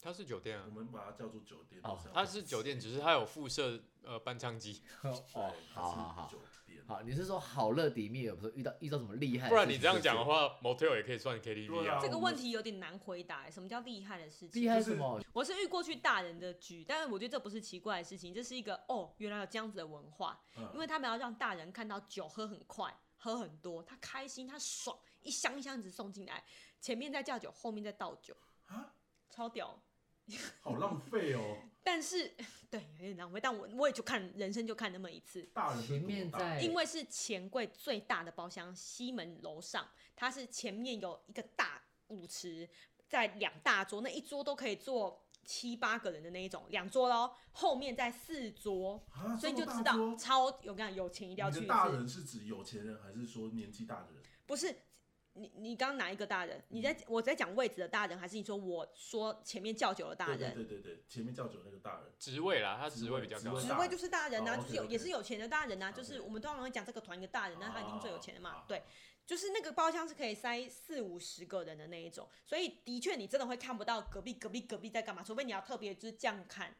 Speaker 3: 它是酒店
Speaker 2: 我
Speaker 3: 啊，
Speaker 2: 们把它叫做酒店。
Speaker 4: 哦
Speaker 2: 这样
Speaker 3: 它是酒店，只是它有附设呃伴唱 机，
Speaker 4: 哦，
Speaker 2: 对
Speaker 4: 好好
Speaker 2: 它是
Speaker 4: 好
Speaker 2: 酒店。
Speaker 4: 好，你是说好乐迪蜜有不是遇到遇到什么厉害的事情？
Speaker 3: 不然你这样讲哦
Speaker 4: 就
Speaker 3: 的
Speaker 4: 是
Speaker 3: 话，motel 也可以算 KTV
Speaker 2: 对啊
Speaker 3: 啊。
Speaker 1: 这个问题有点难回答欸，什么叫厉害的事情？
Speaker 4: 厉害
Speaker 2: 就是
Speaker 4: 什么？
Speaker 1: 我是遇过去大人的局，但是我觉得这不是奇怪的事情，这是一个哦，原来有这样子的文化，
Speaker 2: 嗯
Speaker 1: 因为他们要让大人看到酒喝很快，喝很多，他开心，他爽，一箱一箱子送进来，前面在叫酒，后面在倒酒，
Speaker 2: 啊，
Speaker 1: 超屌。
Speaker 2: 好浪费哦！
Speaker 1: 但是 对，有点浪费，但我我也就看人生就看那么一次，
Speaker 2: 大人
Speaker 4: 前面
Speaker 2: 哎
Speaker 4: 在
Speaker 1: 因为是钱柜最大的包厢西门楼上，它是前面有一个大舞池，在两大桌，那一桌都可以坐七八个人的那一种，两桌喽，后面在四桌，
Speaker 2: 啊，
Speaker 1: 所以你就
Speaker 2: 这
Speaker 1: 知
Speaker 2: 么大
Speaker 1: 道
Speaker 2: 桌
Speaker 1: 超有跟你讲有钱一定要
Speaker 2: 你
Speaker 1: 去
Speaker 2: 的
Speaker 1: 一
Speaker 2: 大
Speaker 1: 次，
Speaker 2: 人是指有钱人，还是说年纪大的人？
Speaker 1: 不是。你你刚刚哪一个大
Speaker 2: 嗯
Speaker 1: 人？你在我在讲位置的大人，还是你说我说前面叫酒的大
Speaker 2: 对
Speaker 1: 人？
Speaker 2: 对对对对，前面叫酒那个大人。
Speaker 3: 职位啦，它职
Speaker 2: 职位
Speaker 3: 位比较
Speaker 2: 职
Speaker 3: 高
Speaker 2: 位。
Speaker 1: 职位就是大人呐、
Speaker 2: 哦
Speaker 1: 就是有
Speaker 2: OK，OK
Speaker 1: 也是有钱的大人呐、
Speaker 2: OK
Speaker 1: 就是我们通常会讲这个团一个大人，呃那他一定最有钱的嘛
Speaker 2: 哦
Speaker 1: 对，就是那个包厢是可以塞四五十个人的那一种，所以的确你真的会看不到隔壁隔壁隔壁在干嘛，除非你要特别就是这样看，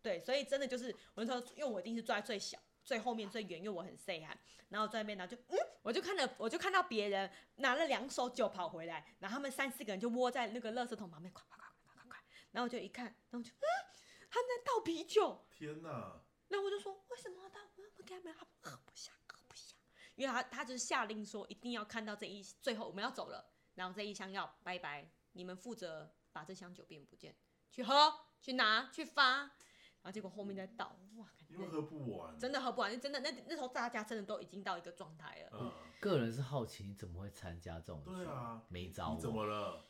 Speaker 1: 对，所以真的就是我那时候，因为我一定是坐在最小。最后面最远，因为我很 say 寒，然后坐在那边，然后就嗯，我就看了，我就看到别人拿了两手酒跑回来，然后他们三四个人就窝在那个垃圾桶旁边，快快快快快快，然后我就一看，然后我就嗯，他们在倒啤酒，
Speaker 2: 天哪！
Speaker 1: 然后我就说为什么要到我我给他们喝喝不下喝不下，因为他他就是下令说一定要看到这一最后我们要走了，然后这一箱要拜拜，你们负责把这箱酒变不见，去喝去拿去发，然后结果后面再倒，哇，感
Speaker 2: 因为
Speaker 1: 觉
Speaker 2: 喝不完。
Speaker 1: 真的喝不完，真的那那时候大家真的都已经到一个状态了，
Speaker 2: 嗯，
Speaker 4: 个人是好奇，你怎么会参加这种？
Speaker 2: 对，啊，
Speaker 4: 没找
Speaker 2: 你怎
Speaker 4: 我，
Speaker 2: 么了？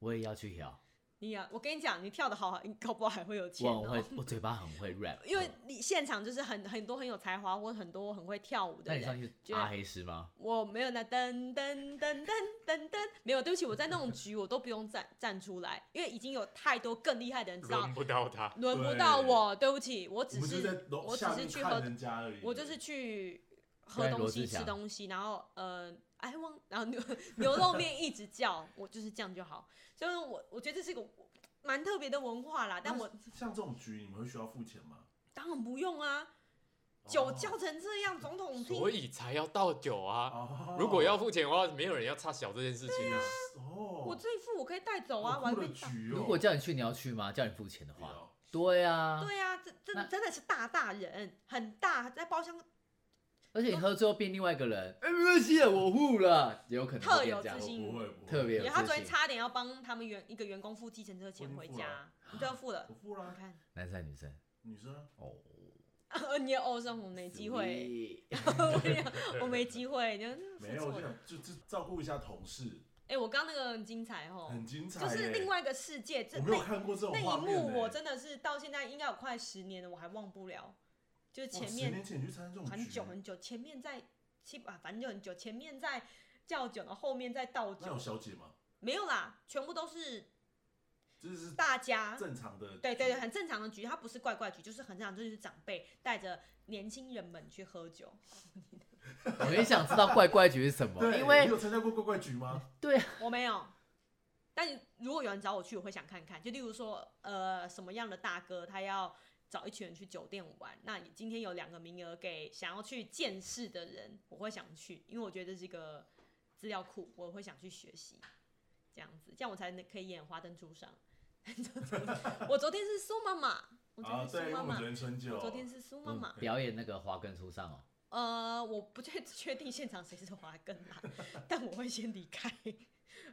Speaker 4: 我也要去调。
Speaker 1: 你啊，我跟你讲，你跳的好好，你搞不好还会有 钱、
Speaker 4: 哇，
Speaker 1: 哦。
Speaker 4: 我会，我嘴巴很 会 rap，
Speaker 1: 因为
Speaker 4: 嗯
Speaker 1: 你现场就是很很多很有才华或很多很会跳舞
Speaker 4: 那
Speaker 1: 的
Speaker 4: 你上
Speaker 1: 人。
Speaker 4: 去是
Speaker 1: 觉得
Speaker 4: 阿黑师吗？
Speaker 1: 我没有那噔噔噔噔噔噔，没有，对不起，我在那种局我都不用站站出来，因为已经有太多更厉害的人知道
Speaker 3: 轮，不到他。
Speaker 1: 轮不到我，对不起，我
Speaker 2: 我
Speaker 1: 只
Speaker 2: 们就是在楼
Speaker 1: 我只
Speaker 2: 下
Speaker 1: 是
Speaker 2: 面
Speaker 1: 去
Speaker 2: 看
Speaker 1: 喝，
Speaker 2: 人家而已。
Speaker 1: 我就是去
Speaker 4: 不
Speaker 1: 喝
Speaker 4: 然
Speaker 1: 东
Speaker 4: 罗
Speaker 1: 西
Speaker 4: 志
Speaker 1: 吃
Speaker 4: 祥
Speaker 1: 东西，然后呃，哎忘，然后牛牛肉面一直叫，我就是这样就好，所以我我觉得这是一个蛮特别的文化啦，但我
Speaker 2: 像这种局，你们会需要付钱吗？
Speaker 1: 当然不用啊，酒
Speaker 2: 哦
Speaker 1: 叫成这样，总统厅
Speaker 3: 所以才要倒酒啊！
Speaker 2: 哦，
Speaker 3: 如果要付钱的话，没有人要插小这件事情啊。
Speaker 2: 哦，
Speaker 1: 我自己付我可以带走啊，
Speaker 2: 好
Speaker 1: 玩
Speaker 2: 酷的
Speaker 1: 命打。
Speaker 2: 局哦。
Speaker 4: 如果叫你去，你要去吗？叫你付钱的
Speaker 2: 不要
Speaker 4: 话，对啊，
Speaker 1: 对啊，这这
Speaker 4: 那
Speaker 1: 真的是大大人，很大，在包厢
Speaker 4: 而且你喝醉后变另外一个人，哎，没关系啊，我付了， 也有可能
Speaker 1: 特
Speaker 4: 会变
Speaker 1: 有
Speaker 4: 这样
Speaker 1: 自信
Speaker 2: 哎我不会，不会
Speaker 4: 特别有
Speaker 1: 因为他
Speaker 4: 自
Speaker 1: 昨天
Speaker 4: 信
Speaker 1: 差点要帮他们员一个员工付计程车钱
Speaker 2: 我
Speaker 1: 回
Speaker 2: 已经付
Speaker 1: 家
Speaker 2: 了，
Speaker 1: 你都要付了
Speaker 2: 我。付
Speaker 1: 你
Speaker 2: 啦，
Speaker 1: 看，
Speaker 4: 男生还是女生
Speaker 2: 女生啊
Speaker 4: 哦，
Speaker 1: 你也哦，上我没机会，
Speaker 4: Sweet，
Speaker 1: 我没机会。你就
Speaker 2: 没有，我就想就就照顾一下同事，
Speaker 1: 哎，我刚那个很精彩哦，
Speaker 2: 很精彩
Speaker 1: 就
Speaker 2: 耶。
Speaker 1: 是另外一个世界，这
Speaker 2: 我没有
Speaker 1: 那
Speaker 2: 看过这种
Speaker 1: 那
Speaker 2: 画
Speaker 1: 一
Speaker 2: 面
Speaker 1: 幕
Speaker 2: 耶
Speaker 1: 我真的是到现在应该有快十年了，我还忘不了。就是
Speaker 2: 哇
Speaker 1: 前
Speaker 2: 十
Speaker 1: 面
Speaker 2: 年前你去参加这种
Speaker 1: 很久
Speaker 2: 局，
Speaker 1: 很久，前面在七啊，反正就很久，前面在叫酒，然后后面在倒
Speaker 2: 那有
Speaker 1: 酒，
Speaker 2: 小姐吗？
Speaker 1: 没有啦，全部都是
Speaker 2: 这是
Speaker 1: 大家。
Speaker 2: 正常的，
Speaker 1: 对对对，，很正常的局，它不是怪怪局，就是很正常，就是长辈带着年轻人们去喝酒。
Speaker 4: 我很想知道怪怪局是什么，
Speaker 2: 对，
Speaker 4: 因
Speaker 2: 你
Speaker 4: 为
Speaker 2: 有参加过怪怪局吗？
Speaker 1: 我没有，但如果有人找我去，我会想看看。就例如说，呃，什么样的大哥他要找一群人去酒店玩，那你今天有两个名额给想要去见识的人，我会想去，因为我觉得这是一个资料库，我会想去学习，这样子，这样我才能可以演《花灯初上》 我昨天是苏妈妈，我昨
Speaker 2: 啊，
Speaker 1: 天是
Speaker 2: 对，
Speaker 1: 苏
Speaker 2: 因为
Speaker 1: 妈
Speaker 2: 我们
Speaker 1: 妈
Speaker 2: 昨，天春酒，
Speaker 1: 我昨天是苏妈
Speaker 4: 嗯
Speaker 1: 妈。
Speaker 4: 表演那个华根初上哦，
Speaker 1: 呃，我不确确定现场谁是华根啦，但我会先离开。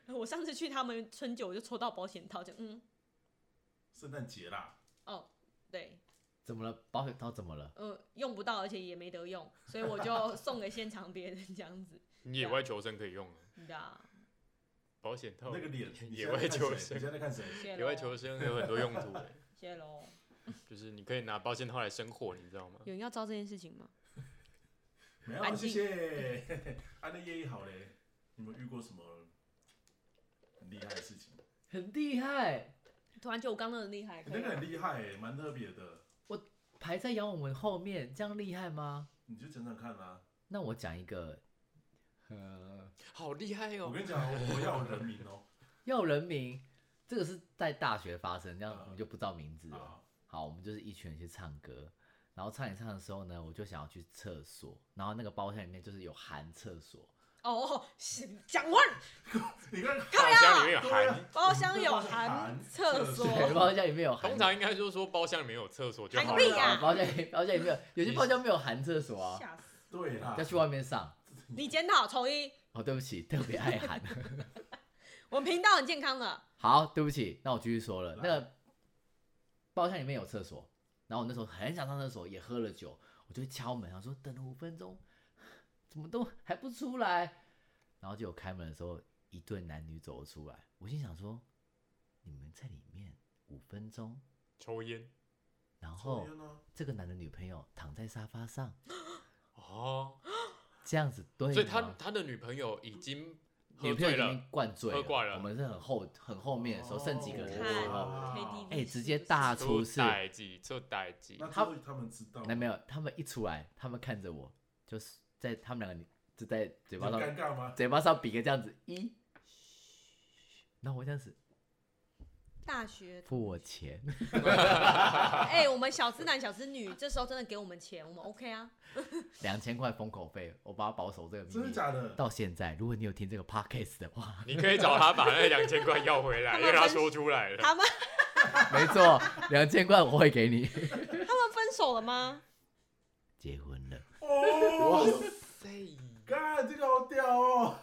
Speaker 1: 我上次去他们春酒，我就抽到保险套，就嗯，
Speaker 2: 圣诞节啦，
Speaker 1: 哦，对，
Speaker 4: 怎么了？保险套怎么了？
Speaker 1: 呃，用不到，而且也没得用，所以我就送给现场别人这样子，
Speaker 3: 你野外求生可以用啊，
Speaker 1: 你知道？
Speaker 3: 保险套
Speaker 2: 那个脸，你
Speaker 3: 哦
Speaker 2: 现在在
Speaker 3: 野外
Speaker 2: 看
Speaker 3: 求
Speaker 2: 谁
Speaker 3: 生
Speaker 2: 你，现在在看谁？
Speaker 1: 谢
Speaker 3: 野外
Speaker 1: 喽，
Speaker 3: 求生有很多用途欸，
Speaker 1: 谢喽。
Speaker 3: 就是你可以拿保险套来生火，你知道吗？
Speaker 1: 有人要知道这件事情吗？
Speaker 2: 没有，啊
Speaker 1: 安
Speaker 2: 谢
Speaker 1: 静
Speaker 2: 谢。 安的业绩好嘞，你们遇过什么很厉害的事情？
Speaker 4: 很厉害，
Speaker 1: 突然觉得我刚刚很厉害，
Speaker 2: 欸
Speaker 1: 可以
Speaker 2: 那
Speaker 1: 啊
Speaker 2: 个很
Speaker 1: 吗
Speaker 2: 厉害欸，蛮特别的，
Speaker 4: 排在杨我们后面，这样厉害吗？
Speaker 2: 你就讲讲看啊啦。
Speaker 4: 那我讲一个，呃，
Speaker 3: 好厉害
Speaker 2: 我
Speaker 3: 哦！
Speaker 2: 跟你讲，我要有人名哦。
Speaker 4: 要人名，这个是在大学发生，这样我们
Speaker 2: 嗯
Speaker 4: 就不知道名字了。
Speaker 2: 啊，
Speaker 4: 好，我们就是一群人去唱歌，然后唱一唱的时候呢，我就想要去厕所，然后那个包厢里面就是有含厕所，
Speaker 1: 哦哦，是讲完
Speaker 2: 你看，
Speaker 3: 包厢里面有
Speaker 2: 对啊
Speaker 3: 含，
Speaker 1: 包厢有
Speaker 2: 包厢
Speaker 1: 含
Speaker 2: 含
Speaker 1: 厕
Speaker 2: 厕
Speaker 1: 所
Speaker 2: 所，
Speaker 4: 对，包厢里面有含
Speaker 3: 通，常应该就是说包厢里面有厕所就
Speaker 1: 含
Speaker 3: 好
Speaker 1: 个屁
Speaker 2: 啊
Speaker 3: 了。
Speaker 1: 呀、
Speaker 4: 包厢里包厢里面有，有些包厢没有含厕所啊，
Speaker 1: 吓死！
Speaker 2: 对啦
Speaker 4: 要，去外面上。
Speaker 1: 你检讨从一，
Speaker 4: 哦，对不起，特别爱喊。
Speaker 1: 我们频道很健康的，
Speaker 4: 好，对不起，那我继续说了。
Speaker 2: 来
Speaker 4: 那个包厢里面有厕所，然后我那时候很想上厕所，也喝了酒，我就敲门，想说等了五分钟， 怎么都还不出来。然后就有开门的时候，一对男女走了出来，我心想说，你们在里面五分钟，
Speaker 3: 抽烟
Speaker 4: 然
Speaker 2: 抽
Speaker 4: 后
Speaker 2: 烟呢？
Speaker 4: 这个男的女朋友躺在沙发上，
Speaker 3: 哦，
Speaker 4: 这样子对吗？
Speaker 3: 所以他他的女朋友已经
Speaker 4: 女
Speaker 3: 喝
Speaker 4: 朋友
Speaker 3: 醉
Speaker 4: 已
Speaker 3: 了
Speaker 4: 经，灌醉
Speaker 3: 喝挂了
Speaker 4: 我们是很后很后面的时候，剩几个人的时候，
Speaker 1: 看
Speaker 2: 哦
Speaker 1: KTV，
Speaker 4: 哎、直接大
Speaker 1: 是
Speaker 4: 出事。
Speaker 3: 代际，做代际
Speaker 2: 那，他他们知道吗，
Speaker 4: 那没有，他们一出来，他们看着我，就是在他们两个就在嘴
Speaker 2: 有
Speaker 4: 巴
Speaker 2: 尴
Speaker 4: 上
Speaker 2: 尬吗？
Speaker 4: 嘴巴上比个这样子一，那我这样子
Speaker 1: 不是大学
Speaker 4: 付我钱，
Speaker 1: 哎、我们小资男、小资女，这时候真的给我们钱，我们 OK 啊。
Speaker 4: 两千块封口费，我把它保守这个秘
Speaker 2: 真的
Speaker 4: 密。
Speaker 2: 假的？
Speaker 4: 到现在，如果你有听这个 podcast 的话，
Speaker 3: 你可以找他把那两千块要回 来，
Speaker 1: 他
Speaker 3: 因
Speaker 1: 们
Speaker 3: 为他
Speaker 1: 分
Speaker 3: 说出来了。
Speaker 1: 他们
Speaker 4: 没错，两千块我会给你。
Speaker 1: 他们分手了吗？
Speaker 4: 结婚了，
Speaker 2: 哦，
Speaker 3: 塞，
Speaker 2: 干这个好屌哦！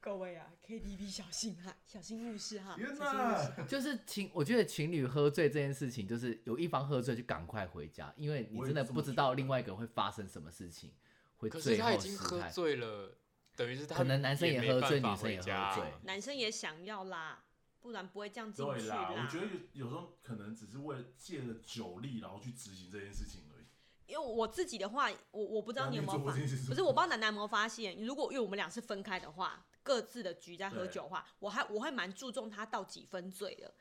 Speaker 1: 各位啊，KTV 小心哈，小心误事哈，小
Speaker 2: 天
Speaker 1: 心误
Speaker 2: 哪
Speaker 1: 事。，
Speaker 4: 就是情，我觉得情侣喝醉这件事情，就是有一方喝醉就赶快回家，因为你
Speaker 2: 我也
Speaker 4: 真的
Speaker 2: 这么
Speaker 4: 不知
Speaker 2: 觉
Speaker 4: 道
Speaker 2: 得
Speaker 4: 另外一个人会发生什么事情，会
Speaker 3: 可是
Speaker 4: 最
Speaker 3: 他已
Speaker 4: 后
Speaker 3: 经
Speaker 4: 失
Speaker 3: 喝
Speaker 4: 态。
Speaker 3: 醉了，等于是他
Speaker 4: 可能男生
Speaker 3: 也
Speaker 4: 也
Speaker 3: 没
Speaker 4: 喝
Speaker 3: 办
Speaker 4: 醉
Speaker 3: 法
Speaker 4: 女生
Speaker 3: 回
Speaker 4: 也喝
Speaker 3: 家
Speaker 4: 醉
Speaker 1: 男生也想要啦，不然不会这样进
Speaker 2: 对
Speaker 1: 去
Speaker 2: 啦，我觉得有有时候可能只是为了借着酒力，然后去执行这件事情而已。
Speaker 1: 因为我自己的话，我我不
Speaker 2: 不
Speaker 1: 知道你有没有发，不是我不知道奶奶有没有发现，如果因为我们俩是分开的话，各自的局在喝
Speaker 2: 对
Speaker 1: 酒的话，我还我会蛮注重他到几分醉的。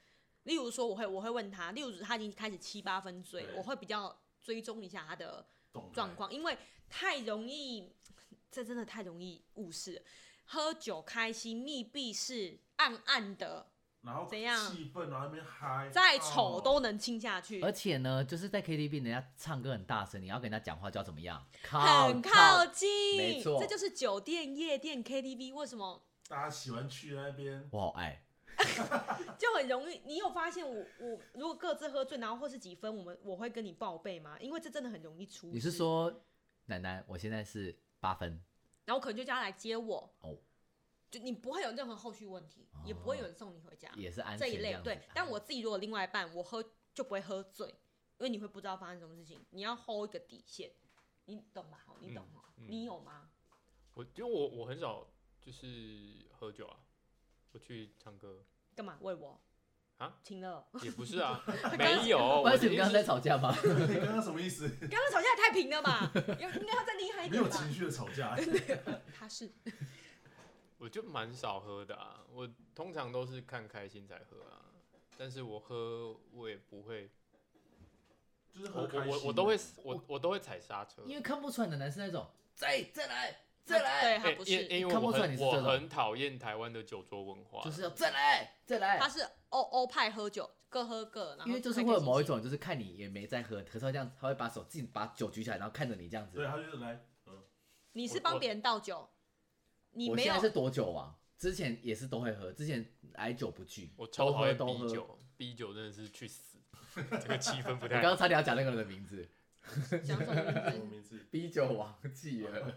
Speaker 1: 例如说，我会我会问他，例如他已经开始七八分醉，
Speaker 2: 对
Speaker 1: 我会比较追踪一下他的
Speaker 2: 懂
Speaker 1: 状况，因为太容易， 这真的太容易误事了。喝酒开心，密闭式暗暗的，
Speaker 2: 然后
Speaker 1: 怎样
Speaker 2: 气氛，啊然后那边嗨，
Speaker 1: 再丑
Speaker 2: 哦
Speaker 1: 都能亲下去，
Speaker 4: 而且呢，就是在 KTV 人家唱歌很大声，你要跟人家讲话就要怎么样？靠
Speaker 1: 很靠近，
Speaker 4: 哦没错
Speaker 1: 这就是酒店、夜店、KTV 为什么
Speaker 2: 大家喜欢去那边，
Speaker 4: 我好爱，
Speaker 1: 就很容易。你有发现我我如果各自喝醉，然后或是几分，我们我会跟你报备吗？因为这真的很容易出。
Speaker 4: 你是？说奶奶？我现在是八分
Speaker 1: 然后可能就叫他来接我，
Speaker 4: 哦，
Speaker 1: 就你不会有任何后续问题，也不会有人送你回家。
Speaker 4: 也是安
Speaker 1: 啊这
Speaker 4: 全
Speaker 1: 一类
Speaker 4: 样。子
Speaker 1: 对，但我自己如果另外一半，我喝就不会喝醉，因为你会不知道发生什么事情，你要 hold 一个底线，你懂吧？你懂吗？
Speaker 3: 嗯嗯
Speaker 1: 你有吗？
Speaker 3: 我因为我我很少就是喝酒啊，我去唱歌
Speaker 1: 干嘛为我
Speaker 3: 啊？
Speaker 1: 亲 热？
Speaker 3: 也不是啊，没 有，
Speaker 4: 不
Speaker 3: 我
Speaker 4: 然
Speaker 3: 的
Speaker 4: 你
Speaker 3: 意
Speaker 4: 们刚刚在
Speaker 3: 思
Speaker 4: 吵架吗？
Speaker 2: 你刚刚什么意思？
Speaker 1: 刚刚吵架也太平了吧？有应该要再厉害一
Speaker 2: 没
Speaker 1: 点
Speaker 2: 有
Speaker 1: 吧
Speaker 2: 情？绪的吵 架，
Speaker 1: 他是
Speaker 3: 我就蛮少喝的啊，我通常都是看开心才喝啊，但是我喝我也不会，
Speaker 2: 就是
Speaker 3: 我
Speaker 2: 很
Speaker 3: 我
Speaker 2: 开心
Speaker 3: 我我都会我我都会踩刹车，
Speaker 4: 因为看不出来奶奶是那种再再来再来，
Speaker 1: 啊对他
Speaker 3: 哎
Speaker 1: 不
Speaker 3: 因为
Speaker 1: 是，
Speaker 3: 因为
Speaker 4: 看
Speaker 3: 我
Speaker 4: 不出来你
Speaker 3: 很
Speaker 4: 是
Speaker 3: 我
Speaker 4: 这种
Speaker 3: 很讨厌台湾的酒桌文化，
Speaker 4: 就是要再来再来
Speaker 1: 他。是欧欧派喝酒，各喝各，然后
Speaker 4: 因为就是
Speaker 1: 开
Speaker 4: 会有
Speaker 1: 开
Speaker 4: 某
Speaker 1: 心
Speaker 4: 一
Speaker 1: 心
Speaker 4: 种，就是看你也没在喝，可是他这样，他会把手自己把酒举起来，然后看着你这样
Speaker 3: 啊
Speaker 4: 子
Speaker 2: 对，。他就是来，嗯，
Speaker 1: 你是
Speaker 3: 我
Speaker 1: 帮
Speaker 3: 我
Speaker 1: 别人倒酒，你
Speaker 4: 我
Speaker 1: 没
Speaker 4: 现
Speaker 1: 有
Speaker 4: 在是多久啊？之前也是都会喝，之前来酒不拒，
Speaker 3: 我超
Speaker 4: 都
Speaker 3: 讨
Speaker 4: 喝
Speaker 3: 厌
Speaker 4: 都
Speaker 3: 逼
Speaker 4: 喝。我
Speaker 3: 酒，逼酒真的是去死， 这个气氛不太好。
Speaker 4: 刚刚差点要讲那个人的名字，
Speaker 1: 讲什么
Speaker 2: 什么
Speaker 1: 名字？
Speaker 2: 名字？
Speaker 4: 逼酒王记了。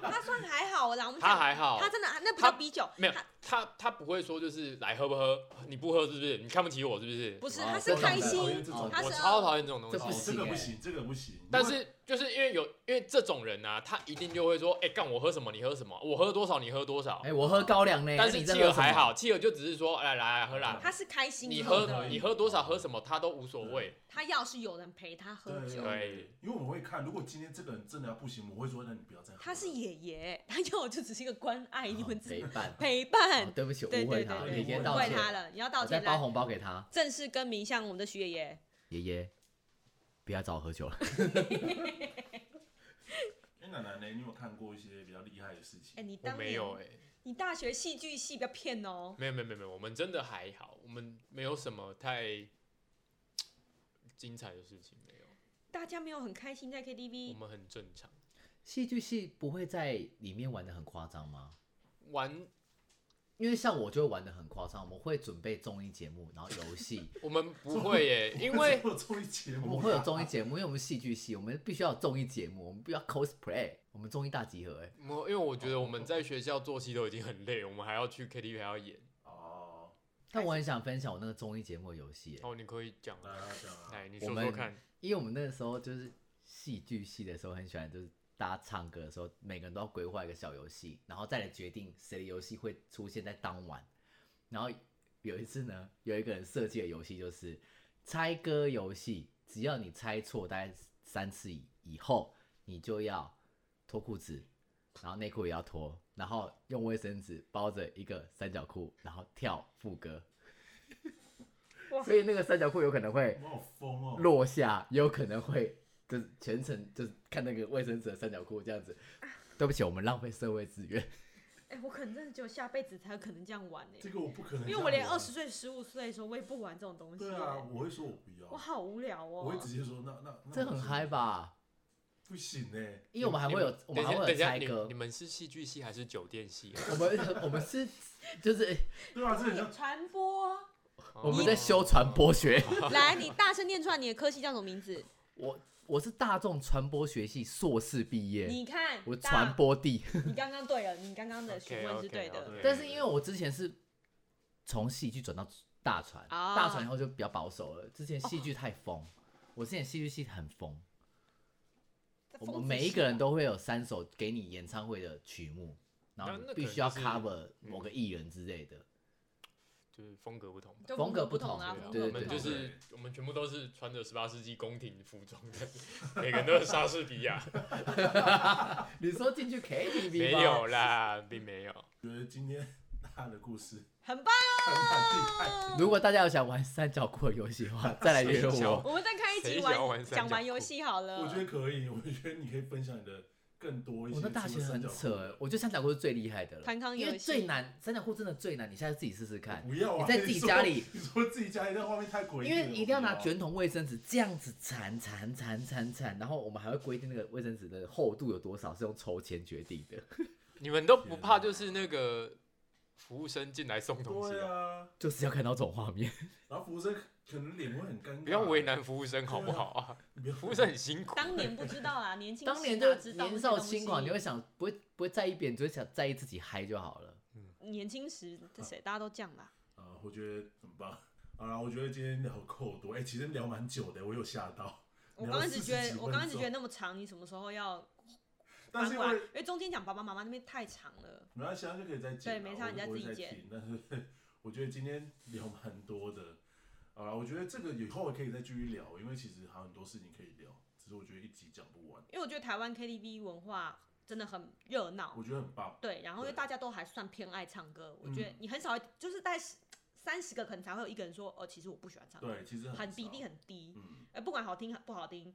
Speaker 1: 他算还好啦，我们
Speaker 3: 他
Speaker 1: 讲
Speaker 3: 还好，
Speaker 1: 他真的那不
Speaker 3: 他
Speaker 1: 叫逼酒，
Speaker 3: 没有
Speaker 1: 他
Speaker 3: 他他不会说就是来喝不喝，你不喝是不是？你看不起我是不是？
Speaker 1: 不是
Speaker 4: 哇
Speaker 1: 他
Speaker 4: 这
Speaker 1: 是
Speaker 4: 种
Speaker 1: 开
Speaker 4: 的
Speaker 2: 讨厌
Speaker 1: 心，
Speaker 2: 这种
Speaker 1: 哦他
Speaker 3: 我
Speaker 1: 是
Speaker 3: 超讨厌这种东
Speaker 4: 这
Speaker 3: 西。
Speaker 4: 不
Speaker 2: 哦
Speaker 4: 行
Speaker 2: 这个
Speaker 1: 哎
Speaker 4: 欸
Speaker 2: 不行，这个不行。
Speaker 3: 但是就是因为有因为这种人啊，他一定就会说，哎、干我喝什么你喝什么，我喝多少你喝多少。
Speaker 4: 哎、我喝高粱呢，
Speaker 3: 但
Speaker 4: 那
Speaker 3: 是
Speaker 4: 你在
Speaker 3: 契
Speaker 4: 喝
Speaker 3: 尔
Speaker 4: 什么
Speaker 3: 还，好，契尔就只是说，来来来喝啦，
Speaker 1: 他是开心
Speaker 3: 你
Speaker 1: 喝
Speaker 3: 喝
Speaker 1: 的，
Speaker 3: 你喝多少喝什么他都无所谓。
Speaker 1: 他要是有人陪他喝
Speaker 2: 对
Speaker 1: 酒，
Speaker 3: 对，
Speaker 2: 因为我们会看，如果今天这个人真的要不行，我会说，那你不要再喝了。
Speaker 1: 他是爷爷，他要的就只哎是一个关爱，你们自
Speaker 4: 啊陪
Speaker 1: 己
Speaker 4: 伴。
Speaker 1: 陪
Speaker 4: 哦
Speaker 1: 伴。
Speaker 4: 对不起，
Speaker 1: 对
Speaker 4: 误
Speaker 1: 对对
Speaker 4: 会他，
Speaker 1: 对，
Speaker 4: 你
Speaker 1: 对
Speaker 4: 先
Speaker 1: 误
Speaker 4: 道
Speaker 1: 会
Speaker 4: 歉。
Speaker 1: 他了，你要道
Speaker 4: 我再
Speaker 1: 歉
Speaker 4: 包
Speaker 1: 来
Speaker 4: 红包给他，
Speaker 1: 正式更名向我们的徐爷爷。
Speaker 4: 爷爷，不要找我喝酒了。
Speaker 2: 哎，奶奶呢？你有看过一些比较厉害的事
Speaker 1: 哎，
Speaker 2: 情？
Speaker 4: 嗯
Speaker 1: 你
Speaker 3: 我
Speaker 1: 当
Speaker 3: 没有
Speaker 1: 年
Speaker 2: 欸
Speaker 3: 哎、
Speaker 1: 你大学戏剧系不要骗哦，
Speaker 3: 没有没有没有没有，我们真的还好，我们没有什么太精彩的事情没有，
Speaker 1: 大家没有很开心在
Speaker 3: 我
Speaker 1: KTV，
Speaker 3: 们很正常。
Speaker 4: 戏剧系不会在里面玩的很夸张吗？
Speaker 3: 玩
Speaker 4: 因为像我就会玩的很夸张，我们会准备综艺节目，然后游 戏，
Speaker 3: 我们不 会耶、 因为
Speaker 2: 我综艺节
Speaker 4: 我
Speaker 2: 目，
Speaker 4: 们会有综艺节目，因为我们戏剧系，我们必须要有综艺节目，我们不要 cosplay，我们综艺大集合、哎，
Speaker 3: 我因为我觉得我们在学校做戏都已经很累，我们还要
Speaker 4: 嗯
Speaker 3: 去 KTV 还要演。
Speaker 2: 哦，
Speaker 4: 但我很想分享我那个综艺节目的游戏、哎
Speaker 3: 哦，你可以讲
Speaker 2: 来
Speaker 3: 啊，
Speaker 2: 来讲啊，
Speaker 3: 来你
Speaker 4: 我
Speaker 3: 说
Speaker 4: 们
Speaker 3: 说看。
Speaker 4: 因为我们那个时候就是戏剧系的时候，很喜欢就是大家唱歌的时候，每个人都要规划一个小游戏，然后再来决定谁的游戏会出现在当晚。然后有一次呢， 有一个人设计的游戏就是猜歌游戏，只要你猜错大概三次以以后，你就要脱裤子，然后内裤也要脱，然后用卫生纸包着一个三角裤，然后跳副歌
Speaker 1: 哇。
Speaker 4: 所以那个三角裤有可能会
Speaker 2: 我好疯哦。
Speaker 4: 落下，也有可能会就是全程就是看那个卫生纸的三角裤这样子。对不起，我们浪费社会资源。
Speaker 1: 哎，我可能真的只有下辈子才有可能这样玩
Speaker 2: 这
Speaker 1: 哎，
Speaker 2: 个我不可能，
Speaker 1: 因为我连二十。岁、十五岁的时候我也不玩这种东西
Speaker 2: 对啊，
Speaker 1: 欸，
Speaker 2: 我会说我不要
Speaker 1: 我，好无聊哦。
Speaker 2: 我会直接说那那那
Speaker 4: 这很嗨？吧？
Speaker 2: 不行欸呢，
Speaker 4: 因为我们还会有，我
Speaker 3: 等
Speaker 4: 们
Speaker 3: 一
Speaker 4: 还
Speaker 3: 下，
Speaker 4: 会
Speaker 3: 等
Speaker 4: 有
Speaker 3: 一下，
Speaker 4: 猜
Speaker 3: 你
Speaker 4: 歌
Speaker 3: 你。们是戏剧系还是酒店系啊？
Speaker 4: 我 们我们是就是
Speaker 2: 对啊，这很像
Speaker 1: 传 播，哦
Speaker 3: 哦
Speaker 4: 我们在修 传播学。
Speaker 1: 来，你大声念出来你的科系叫什么名 字？
Speaker 4: 我我是大众传播学系硕士毕业，
Speaker 1: 你看，
Speaker 4: 我
Speaker 1: 大
Speaker 4: 传播帝。
Speaker 1: 你刚刚对了，你刚刚的询问是对
Speaker 3: OK，OK，OK
Speaker 1: 的。
Speaker 3: 哦对
Speaker 4: 但是因为我之前是从戏剧转到大传，
Speaker 1: 啊
Speaker 4: 大传以后就比较保守了。之前戏剧太疯，
Speaker 1: 哦
Speaker 4: 我之前戏剧系很疯。我们每一个
Speaker 1: 哦
Speaker 4: 人都会有三首给你演唱会的曲目，然后
Speaker 3: 那那
Speaker 4: 你
Speaker 3: 可
Speaker 4: 必
Speaker 3: 能
Speaker 4: 须要
Speaker 3: 就是嗯
Speaker 4: cover 某个艺人之类的。
Speaker 3: 就是风格不同吧。
Speaker 1: 就
Speaker 4: 风格不
Speaker 1: 同
Speaker 4: 同
Speaker 1: 啊，
Speaker 4: 对
Speaker 1: 风
Speaker 4: 对
Speaker 1: 格
Speaker 3: 我
Speaker 1: 不
Speaker 3: 们
Speaker 1: 同
Speaker 3: 就
Speaker 4: 对
Speaker 3: 是我们全部都是穿着十八世纪宫廷服装的，每个人都是莎士比 亚。
Speaker 4: 你说进去 KTV
Speaker 3: 没
Speaker 4: 吧
Speaker 3: 有啦，并没有。
Speaker 2: 觉得今天大家的故事
Speaker 1: 很棒。
Speaker 2: 还蛮厉害的。
Speaker 4: 如果大家有想玩三角裤的游戏的话，再来约
Speaker 3: 谁想
Speaker 4: 我。
Speaker 1: 我们再开一集
Speaker 3: 谁想玩
Speaker 1: 玩
Speaker 3: 三角
Speaker 1: 讲玩游
Speaker 3: 裤
Speaker 1: 戏好了。
Speaker 2: 我觉得可以，我觉得你可以分享你的更多一些。
Speaker 4: 我那大学很扯欸，我觉得三角裤是最厉害的了，
Speaker 1: 团康
Speaker 4: 因
Speaker 1: 游
Speaker 4: 为
Speaker 1: 戏
Speaker 4: 最难，三角裤真的最难，你下次自己试试看。
Speaker 2: 不要啊！
Speaker 4: 你在自己家里
Speaker 2: 你说，你 说自己家里那画面太诡异了，
Speaker 4: 因为一定要拿
Speaker 2: 绝
Speaker 4: 卷筒卫生纸这样子缠缠缠缠缠，然后我们还会规定那个卫生纸的厚度有多少是用抽签决定的。
Speaker 3: 你们都不怕就是那个服务生进来送东西
Speaker 2: 对
Speaker 3: 啊？
Speaker 2: 啊，
Speaker 4: 就是要看到这种画面，
Speaker 2: 然后服务生可能脸会很尴尬，
Speaker 3: 不要为，难服务生好不好啊？
Speaker 2: 不要
Speaker 3: 服务生很辛苦。
Speaker 1: 当年不知道 啊，年轻
Speaker 4: 当年
Speaker 1: 时哪
Speaker 4: 就
Speaker 1: 知道
Speaker 4: 年
Speaker 1: 这些
Speaker 4: 少
Speaker 1: 东
Speaker 4: 轻狂，
Speaker 1: 西
Speaker 4: 你会想不会不会在意别人，只会想在意自己嗨就好了。
Speaker 1: 年轻时这谁大家都这样啦。
Speaker 2: 啊，我觉得很棒。好啦，我觉得今天聊够多，哎、其实聊蛮久的，我有吓到。
Speaker 1: 我
Speaker 2: 聊
Speaker 1: 刚开
Speaker 2: 40
Speaker 1: 始觉
Speaker 2: 几
Speaker 1: 得，我
Speaker 2: 分
Speaker 1: 刚开始
Speaker 2: 钟
Speaker 1: 觉得那么长，你什么时候要
Speaker 2: 但
Speaker 1: 搬
Speaker 2: 是因
Speaker 1: 过来？
Speaker 2: 为
Speaker 1: 因为中间讲爸爸妈妈那边太长了。
Speaker 2: 没关系，啊，就可以再剪啊。
Speaker 1: 对没差
Speaker 2: 我
Speaker 1: 你再
Speaker 2: 我会
Speaker 1: 自己
Speaker 2: 再
Speaker 1: 剪
Speaker 2: 听但是 我觉得今天聊蛮多的，好了，我觉得这个以后可以再继续聊，因为其实还有很多事情可以聊，只是我觉得一集讲不完。
Speaker 1: 因为我觉得台湾 KTV 文化真的很热闹
Speaker 2: 我，觉得很棒，
Speaker 1: 对，然后因为
Speaker 2: 对
Speaker 1: 大家都还算偏爱唱歌，我觉得
Speaker 2: 嗯
Speaker 1: 你很少就是在三十个可能才会有一个人说，哦，其实我不喜欢唱歌，
Speaker 2: 对，其实
Speaker 1: 很
Speaker 2: 很
Speaker 1: 比例
Speaker 2: 很，
Speaker 1: 很低。
Speaker 2: 嗯，
Speaker 1: 哎，不管好听不好听，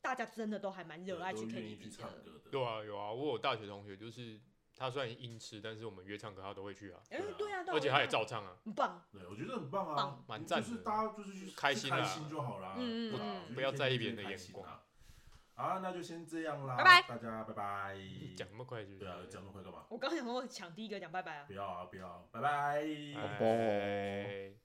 Speaker 1: 大家真的都还蛮热爱
Speaker 2: 对
Speaker 1: 去
Speaker 2: 都愿意
Speaker 1: KTV
Speaker 2: 去唱
Speaker 1: 的。
Speaker 2: 歌的。
Speaker 3: 对啊，有啊，我有大学同学就是他虽然音痴，但是我们约唱歌他都会去啊，
Speaker 1: 哎
Speaker 2: 对啊，
Speaker 1: 对啊，对啊
Speaker 3: 而且他也，
Speaker 1: 我觉得
Speaker 3: 照唱啊，
Speaker 1: 很棒，
Speaker 2: 对，我觉得很棒啊
Speaker 1: 棒，
Speaker 3: 蛮赞的
Speaker 2: 就是大家就是去
Speaker 3: 开心啊
Speaker 2: 开心就好啦，
Speaker 1: 嗯嗯
Speaker 2: 对啊
Speaker 1: 嗯
Speaker 2: 我觉得
Speaker 3: 不要在意别人的
Speaker 2: KTV
Speaker 3: 眼
Speaker 2: 开心
Speaker 3: 光
Speaker 2: 啊。好，那就先这样啦，
Speaker 1: 拜拜
Speaker 2: 大家拜拜。
Speaker 3: 讲那么快就是
Speaker 2: 对啊，讲那么快干嘛？
Speaker 1: 我刚想说抢第一个讲拜拜啊。
Speaker 3: 哎
Speaker 2: 不要啊，不要啊，拜拜。
Speaker 4: 拜
Speaker 3: 拜。